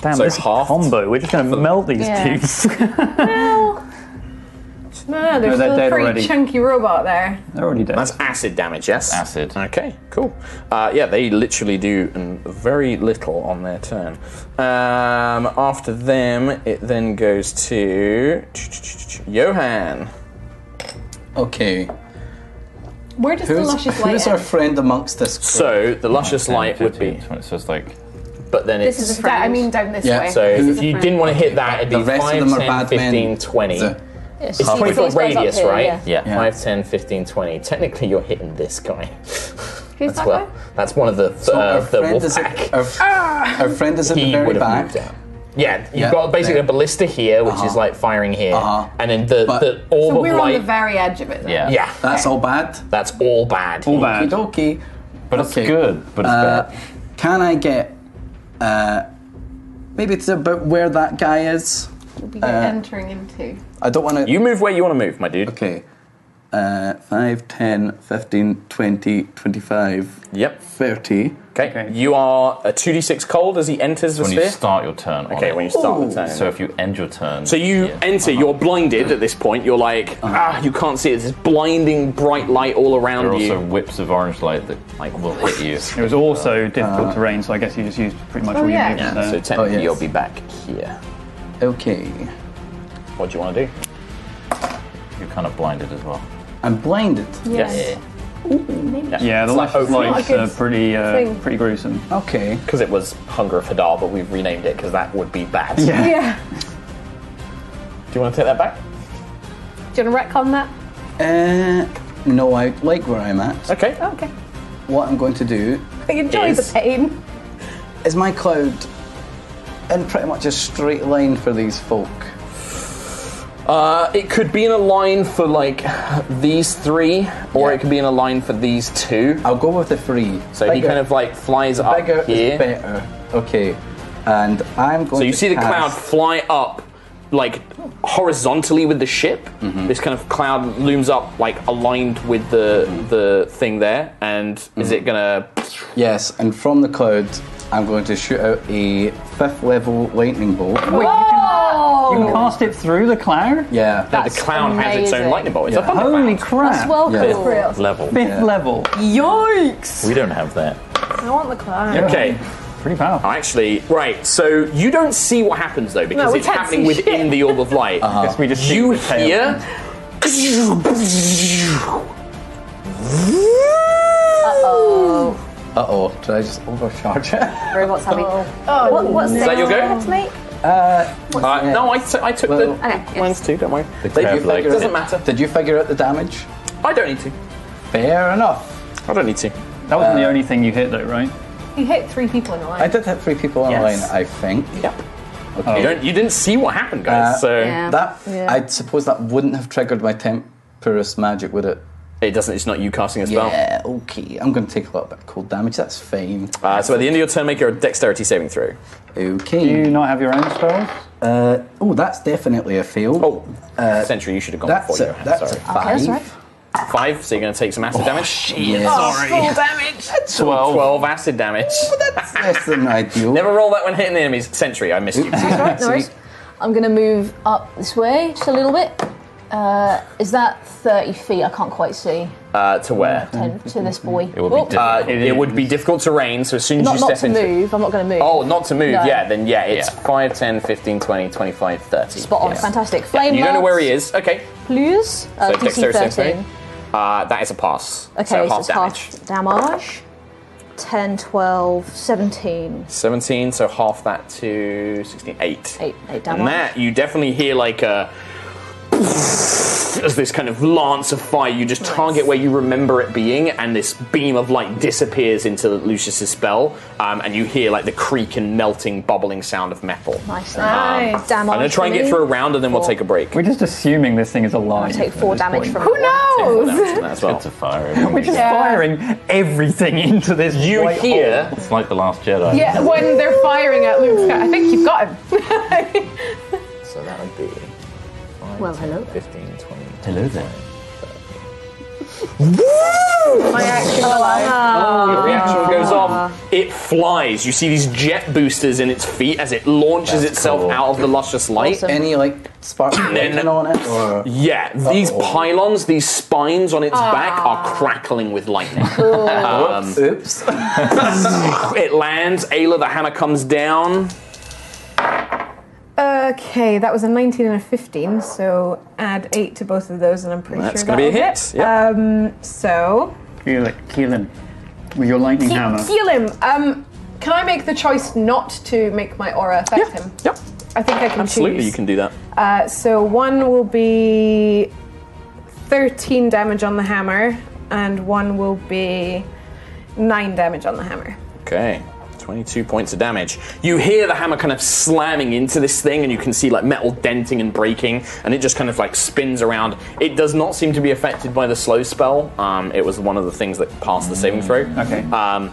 A: Damn, this is a combo. We're just going [LAUGHS] to melt these
D: Yeah.
A: dudes.
D: No, no,
A: No,
D: Ah,
A: they're
D: there's still a
A: dead
D: pretty
L: already.
D: chunky robot there.
A: They're already dead.
L: That's acid damage, yes? Acid. Okay, cool. Uh, yeah, they literally do um, very little on their turn. Um, after them, it then goes to Johan.
F: Okay.
D: Where does the
F: Who's-
D: luscious
F: who
D: light
F: is our friend amongst this group?
L: So, the luscious light would be.
C: So it's like.
L: But then
D: This
L: it's.
D: is a friend. I mean, down this way.
L: So, if you didn't want to hit that, it'd be
F: The rest
L: 5,
F: of them are
L: 10,
F: bad
L: 15,
F: men.
L: 20.
F: The-
L: It's
F: It's
L: 20
F: these
L: foot
F: guys up
L: radius,
F: here,
L: right?
F: yeah.
L: Yeah. 5, 10, 15, 20. Technically, you're hitting this guy.
D: Who's
L: that's,
D: that
L: well, that's one of the,
F: So
L: uh,
F: our
L: the
F: friend
L: wolf
F: is at-
D: Ah!
L: pack.
F: Our friend is at the very
L: would've
F: back.
L: moved out. Yeah, you've
F: Yeah,
L: got basically
F: there.
L: a ballista here, which is
F: Uh-huh.
L: like firing here, and then the, the orb
D: So
L: of
D: we're on the
L: light.
D: very edge of it. Then.
L: yeah, yeah,
F: That's all bad.
L: That's all bad.
F: All bad. Dokie. But it's good. But it's
L: Uh,
F: bad. Can I get uh, maybe to about where that guy is?
D: We'll be
F: Uh,
D: entering into.
F: I don't want to.
L: You move where you want to move, my dude.
F: Okay. Uh, 5, 10, 15, 20, 25.
L: Yep.
F: 30.
L: Okay. you are a two d six cold as he enters the
C: When
L: sphere.
C: you start your turn. on
L: Okay,
C: it.
L: when you start the turn.
C: So if you end your turn.
L: So you enter, you're blinded at this point. You're like, ah, you can't see it. There's this blinding bright light all around
C: there are
L: you.
C: also whips of orange light that like will hit you.
A: It was also difficult terrain, so I guess you just used pretty
H: Oh,
A: much all your movement there.
L: So technically, you'll be back here.
F: Oh, Okay.
L: What do you want to do?
C: You're kind of blinded as well.
F: I'm blinded.
L: Yes.
A: [LAUGHS] Yeah, the last lights are
D: [LAUGHS]
A: pretty, uh, pretty gruesome.
F: Okay.
L: Because it was Hunger of Hadar, but we've renamed it because that would be bad.
A: Yeah.
L: Do you want to take that back?
D: Do you want to retcon that?
F: Uh, no, I like where I'm at.
L: Okay.
D: Okay.
F: What I'm going to do
D: I enjoy
F: Is-
D: the pain.
F: is my cloud in pretty much a straight line for these folk.
L: Uh, it could be in a line for like these three, or it could be in a line for these two.
F: I'll go with the three.
L: So he
F: Bigger-
L: kind of like flies up
F: Bigger
L: here.
F: is better. Okay. And I'm going
L: So you
F: to
L: see the cloud
F: cast-
L: fly up, like horizontally with the ship. This kind of cloud looms up, like aligned with the the thing there. And is it gonna?
F: Yes, and from the cloud, I'm going to shoot out a fifth level lightning bolt.
B: Oh!
A: You can cast it through the cloud?
F: Yeah.
L: That the cloud has its own
A: amazing.
L: lightning bolt. It's a
F: Yeah.
L: thunder
A: Holy
L: cloud.
A: crap!
B: That's well
L: Yeah.
B: cool.
L: level.
A: Fifth level.
B: Yikes!
L: We don't have that.
B: I want the clown.
L: Okay.
A: Pretty powerful.
L: Actually, right. So you don't see what happens though because
A: we
L: it's
A: can't
L: happening
A: see
L: within
A: shit.
L: the orb of light.
A: Uh-huh. Guess we just see
L: you
A: the tail
L: hear.
H: oh.
F: Uh oh, did I just overcharge [LAUGHS] it?
H: Robots having.
D: Oh,
H: what, what
F: no.
H: save
L: [LAUGHS]
F: Is that your
H: do I
F: go?
H: have to make?
F: Uh,
L: Uh, no, I took- I took the mine's too. Don't worry.
F: Did
L: They
F: you
L: do like-
F: figure
L: Doesn't
F: it-
L: matter.
F: Did you figure out the damage?
L: I don't need to.
F: Fair enough.
L: I don't need to.
A: That wasn't
B: Uh,
A: the only thing you hit though, right?
B: You hit three people in a line.
F: I did hit three people online,
A: Yes.
F: I think.
L: Yep.
F: Okay.
L: You don't. You didn't see what happened, guys.
F: Uh,
L: so
F: that I suppose that wouldn't have triggered my temporous magic, would it?
L: It doesn't. It's not you casting a spell.
F: Yeah. Okay. I'm going to take a little bit of cold damage. That's fine.
L: Uh, so at the end of your turn, make your dexterity saving throw.
F: Okay.
A: Do you not have your own spells?
F: Uh, oh, that's definitely a fail.
L: Oh, Sentry, you should have gone
F: Uh, that's
L: before
F: a-
L: you. had,
F: that's a
L: sorry.
F: Okay, that's five.
L: Five, so you're going to take some acid
F: Oh,
L: damage.
F: shit. Oh, [LAUGHS] Sorry. full
L: damage. 12. 12 acid damage.
F: that's less than ideal.
L: Never roll that when hitting the enemies. Sentry, I missed you.
B: Right, no worries. I'm going to move up this way just a little bit. Uh, is that 30 feet? I can't quite see.
L: Uh, to where?
B: Ten, to this boy. Oh,
L: Uh, it, it would be difficult terrain, so as soon as
B: Not,
L: you
B: not
L: step
B: to
L: into
B: move. I'm not going to move.
L: Oh, not to move,
B: No.
L: yeah, then yeah, it's five, ten, fifteen, twenty, twenty-five, thirty. 5, 10, 15, 20, 25, 30.
B: Spot on.
L: Yes.
B: Fantastic.
L: Yeah,
B: Flame
L: You don't know
B: lance,
L: where he is. Okay.
B: Please. Uh,
L: so
B: DC
L: dexterity saving
B: 13.
L: throw. Uh, that is a pass.
B: Okay,
L: so half
B: it's
L: damage.
B: half damage. 10, 12, 17.
L: 17, so half that to 16, 8.
B: Eight- eight
L: And
B: damage.
L: that, you definitely hear like a. As this kind of lance of fire, you just target where you remember it being, and this beam of light disappears into Lucius's spell, um, and you hear like the creak and melting, bubbling sound of metal.
B: Nice.
L: Nice. I'm
B: Damage
L: gonna try and
B: for
L: get
B: me.
L: through a round, and then we'll take a break.
A: We're just assuming this thing is alive.
B: I take four damage from
A: Who
B: it.
L: Four
A: knows?
L: damage from that as
F: [LAUGHS]
L: well.
A: We're just
D: Yeah.
A: firing everything into this. You white
L: hear?
A: It's like the Last Jedi.
D: Yeah, when they're firing at Luke, I think you've got him. [LAUGHS]
C: So that would be. five,
B: Well,
C: 10,
B: hello.
C: 15, 20.
F: Hello there.
D: My action alive.
B: Ah.
L: Your reaction goes off. It flies. You see these jet boosters in its feet as it launches
F: That's
L: itself
F: cool.
L: out of the luscious light.
F: Any like
L: [COUGHS]
F: sparks lightning on it?
L: [LAUGHS]
F: Or?
L: Yeah, these pylons, these spines on its back are crackling with lightning. [LAUGHS] Um,
F: Oops.
L: it lands. Ayla, the hammer comes down.
D: Okay, that was a 19 and a 15, so add 8 to both of those, and I'm pretty
A: That's
D: sure
A: gonna be a
D: that'll
A: hit,
D: hit.
A: yep.
D: Um, so.
A: Kill it. Kill him. With your lightning hammer.
D: Heal him! Um, can I make the choice not to make my aura affect him?
L: Yep.
D: I think I can
L: Absolutely,
D: choose.
L: you can do that.
D: Uh, so one will be 13 damage on the hammer, and one will be 9 damage on the hammer.
L: Okay. 22 points of damage. You hear the hammer kind of slamming into this thing, and you can see like metal denting and breaking, and it just kind of like spins around. It does not seem to be affected by the slow spell. Um, it was one of the things that passed the saving throw.
A: Okay.
L: Um,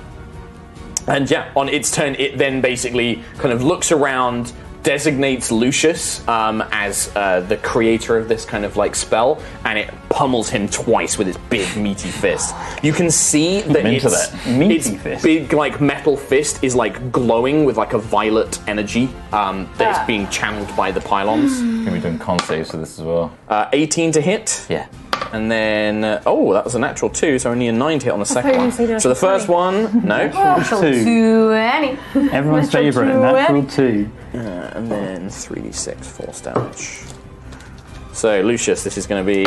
L: and yeah, on its turn, it then basically kind of looks around, designates Lucius um, as uh, the creator of this kind of like spell, and it pummels him twice with its big meaty fist. You can see that
A: into
L: its,
A: that. Meaty
L: its
A: fist.
L: big like metal fist is like glowing with like a violet energy um, that
C: Ah.
L: is being channeled by
D: [GASPS]
L: the pylons.
C: Can be doing con saves for this as well.
L: Uh, 18 to hit.
C: Yeah.
L: And then, uh, oh, that was a natural two, so only a nine to hit on the
D: thought you
L: second
D: were
L: one.
D: gonna say
L: So the first one, no.
D: [LAUGHS]
A: Natural Two. Everyone's favourite. Natural two.
L: Uh, and then 3d6 force damage. So, Lucius, this is going to be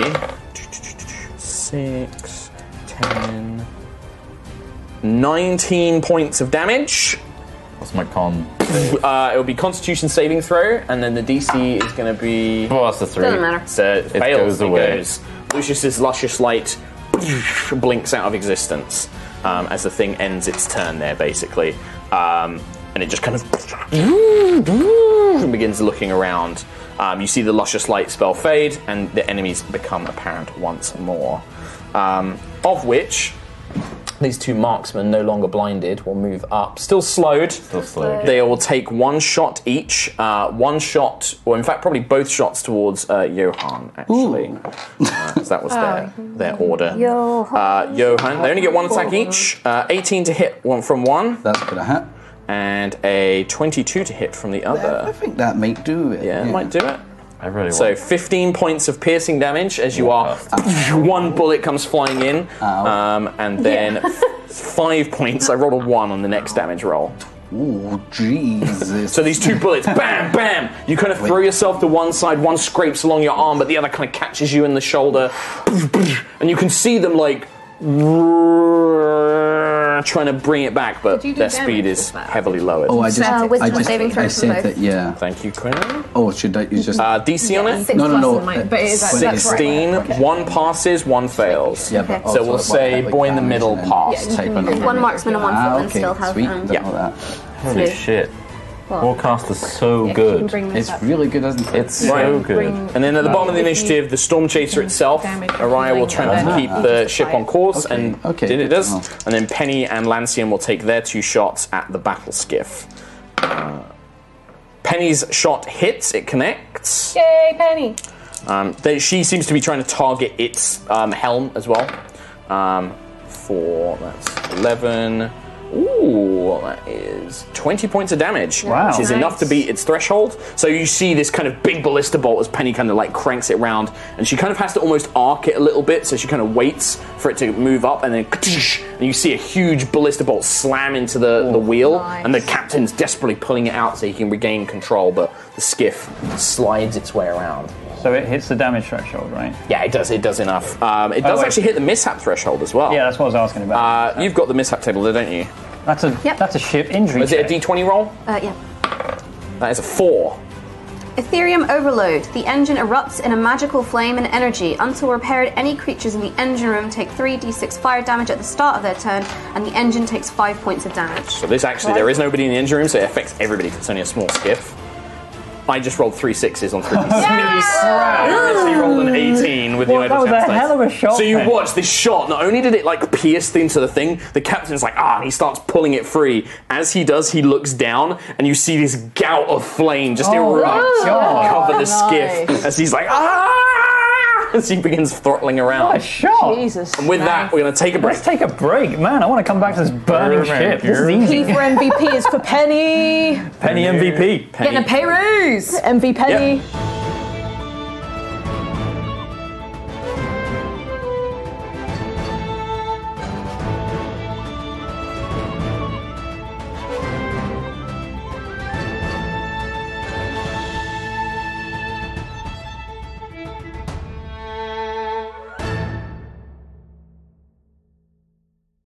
L: 6, 10, 19 points of damage.
C: What's my con?
L: Uh, it'll be Constitution saving throw, and then the DC is going to be.
C: Well, that's a three.
L: Doesn't matter. So uh, it,
C: It
L: fails.
C: goes
L: it
C: away.
L: goes. Lucius's luscious light [LAUGHS] blinks out of existence um, as the thing ends its turn there, basically, um, and it just kind of [LAUGHS] begins looking around. Um, you see the luscious light spell fade, and the enemies become apparent once more. Um, of which these two marksmen, no longer blinded, will move up. Still slowed. Still
C: slowed.
L: They will take one shot each. Uh, one shot, or in fact, probably both shots towards uh, Johan, actually. Because that was their, their order.
B: Johan.
L: Uh, Johan. They only get one attack each. Uh, 18 to hit one from one.
F: [LAUGHS] That's going to hit.
L: And a 22 to hit from the other. I think
F: that might do it.
L: Uh, Yeah, it might do it.
C: I really want.
L: So 15 points of piercing damage as you are. [LAUGHS] One bullet comes flying in, um, and then f- five points. I rolled a one on the next damage roll.
F: Oh, Jesus.
L: So these two bullets, bam, bam. You kind of throw yourself to one side, one scrapes along your arm, but the other kind of catches you in the shoulder. And you can see them like trying to bring it back, but
F: Did you do
L: their
F: damage
L: speed
F: with
L: is
F: that?
L: heavily lowered.
F: Oh, I just, I just, I said that, yeah.
L: Thank you, Quinn.
F: Oh, should I, you just...
L: Uh, DC on it?
F: No, no, no. uh,
L: 16, one passes, one fails.
F: Yeah, but
L: so
F: also
L: we'll
F: it
L: say
F: won't have, like,
L: boy in the
F: damage
L: middle
F: and then
L: passed.
F: type a number.
H: One marksman and one
F: Ah,
H: footman
F: okay,
H: still have,
F: sweet,
H: um,
F: done all that.
C: Holy shit. Warcast is so
H: Yeah,
C: good.
H: bring
F: It's really good, isn't it?
C: It's so good.
L: And then at the bottom of the initiative, the Storm Chaser itself, Araya will try and
C: Ah.
L: keep the ship on course,
F: Okay,
L: and
F: okay,
L: did it
F: good
L: does.
F: to know.
L: And then Penny and Lancian will take their two shots at the battle skiff. Uh, Penny's shot hits, it connects.
D: Yay, Penny!
L: Um, they, she seems to be trying to target its um, helm as well. Um, for that's 11. Ooh, that is 20 points of damage.
C: Wow.
L: Which is
C: Nice.
L: enough to beat its threshold. So you see this kind of big ballista bolt as Penny kind of like cranks it round, and she kind of has to almost arc it a little bit, so she kind of waits for it to move up, and then and you see a huge ballista bolt slam into the, the wheel, and the captain's desperately pulling it out so he can regain control, but the skiff slides its way around.
A: So it hits the damage threshold, right?
L: Yeah, it does. It does enough. Um, it
A: Oh,
L: does
A: wait.
L: actually hit the mishap threshold as well.
A: Yeah, that's what I was asking about.
L: Uh, you've got the mishap table there, don't you?
A: That's a that's a ship injury.
L: Was it a D20 roll?
H: Uh, yeah.
L: That is a four.
H: Ethereum overload. The engine erupts in a magical flame and energy. Until repaired, any creatures in the engine room take 3d6 fire damage at the start of their turn, and the engine takes 5 points of damage.
L: So this actually, there is nobody in the engine room, so it affects everybody. 'cause It's only a small skiff. I just rolled three sixes on three d6. I literally rolled an 18 with the
A: Well, that
L: idle
A: was a
L: chance dice.
A: hell of a shot,
L: So you
A: mate.
L: watch this shot. Not only did it like pierce the- into the thing, the captain's like ah, and he starts pulling it free. As he does, he looks down, and you see this gout of flame just
A: Oh,
L: erupt,
A: my God.
L: cover the
A: Nice.
L: skiff. As he's like ah, as he begins throttling around.
A: What a shot!
B: Jesus.
L: And with that, we're going to take a break.
A: Let's take a break, man. I want to come back to this burning ship. This is
B: P
A: easy.
B: for MVP is for Penny.
A: Penny MVP.
B: Getting a pay raise. MV Penny.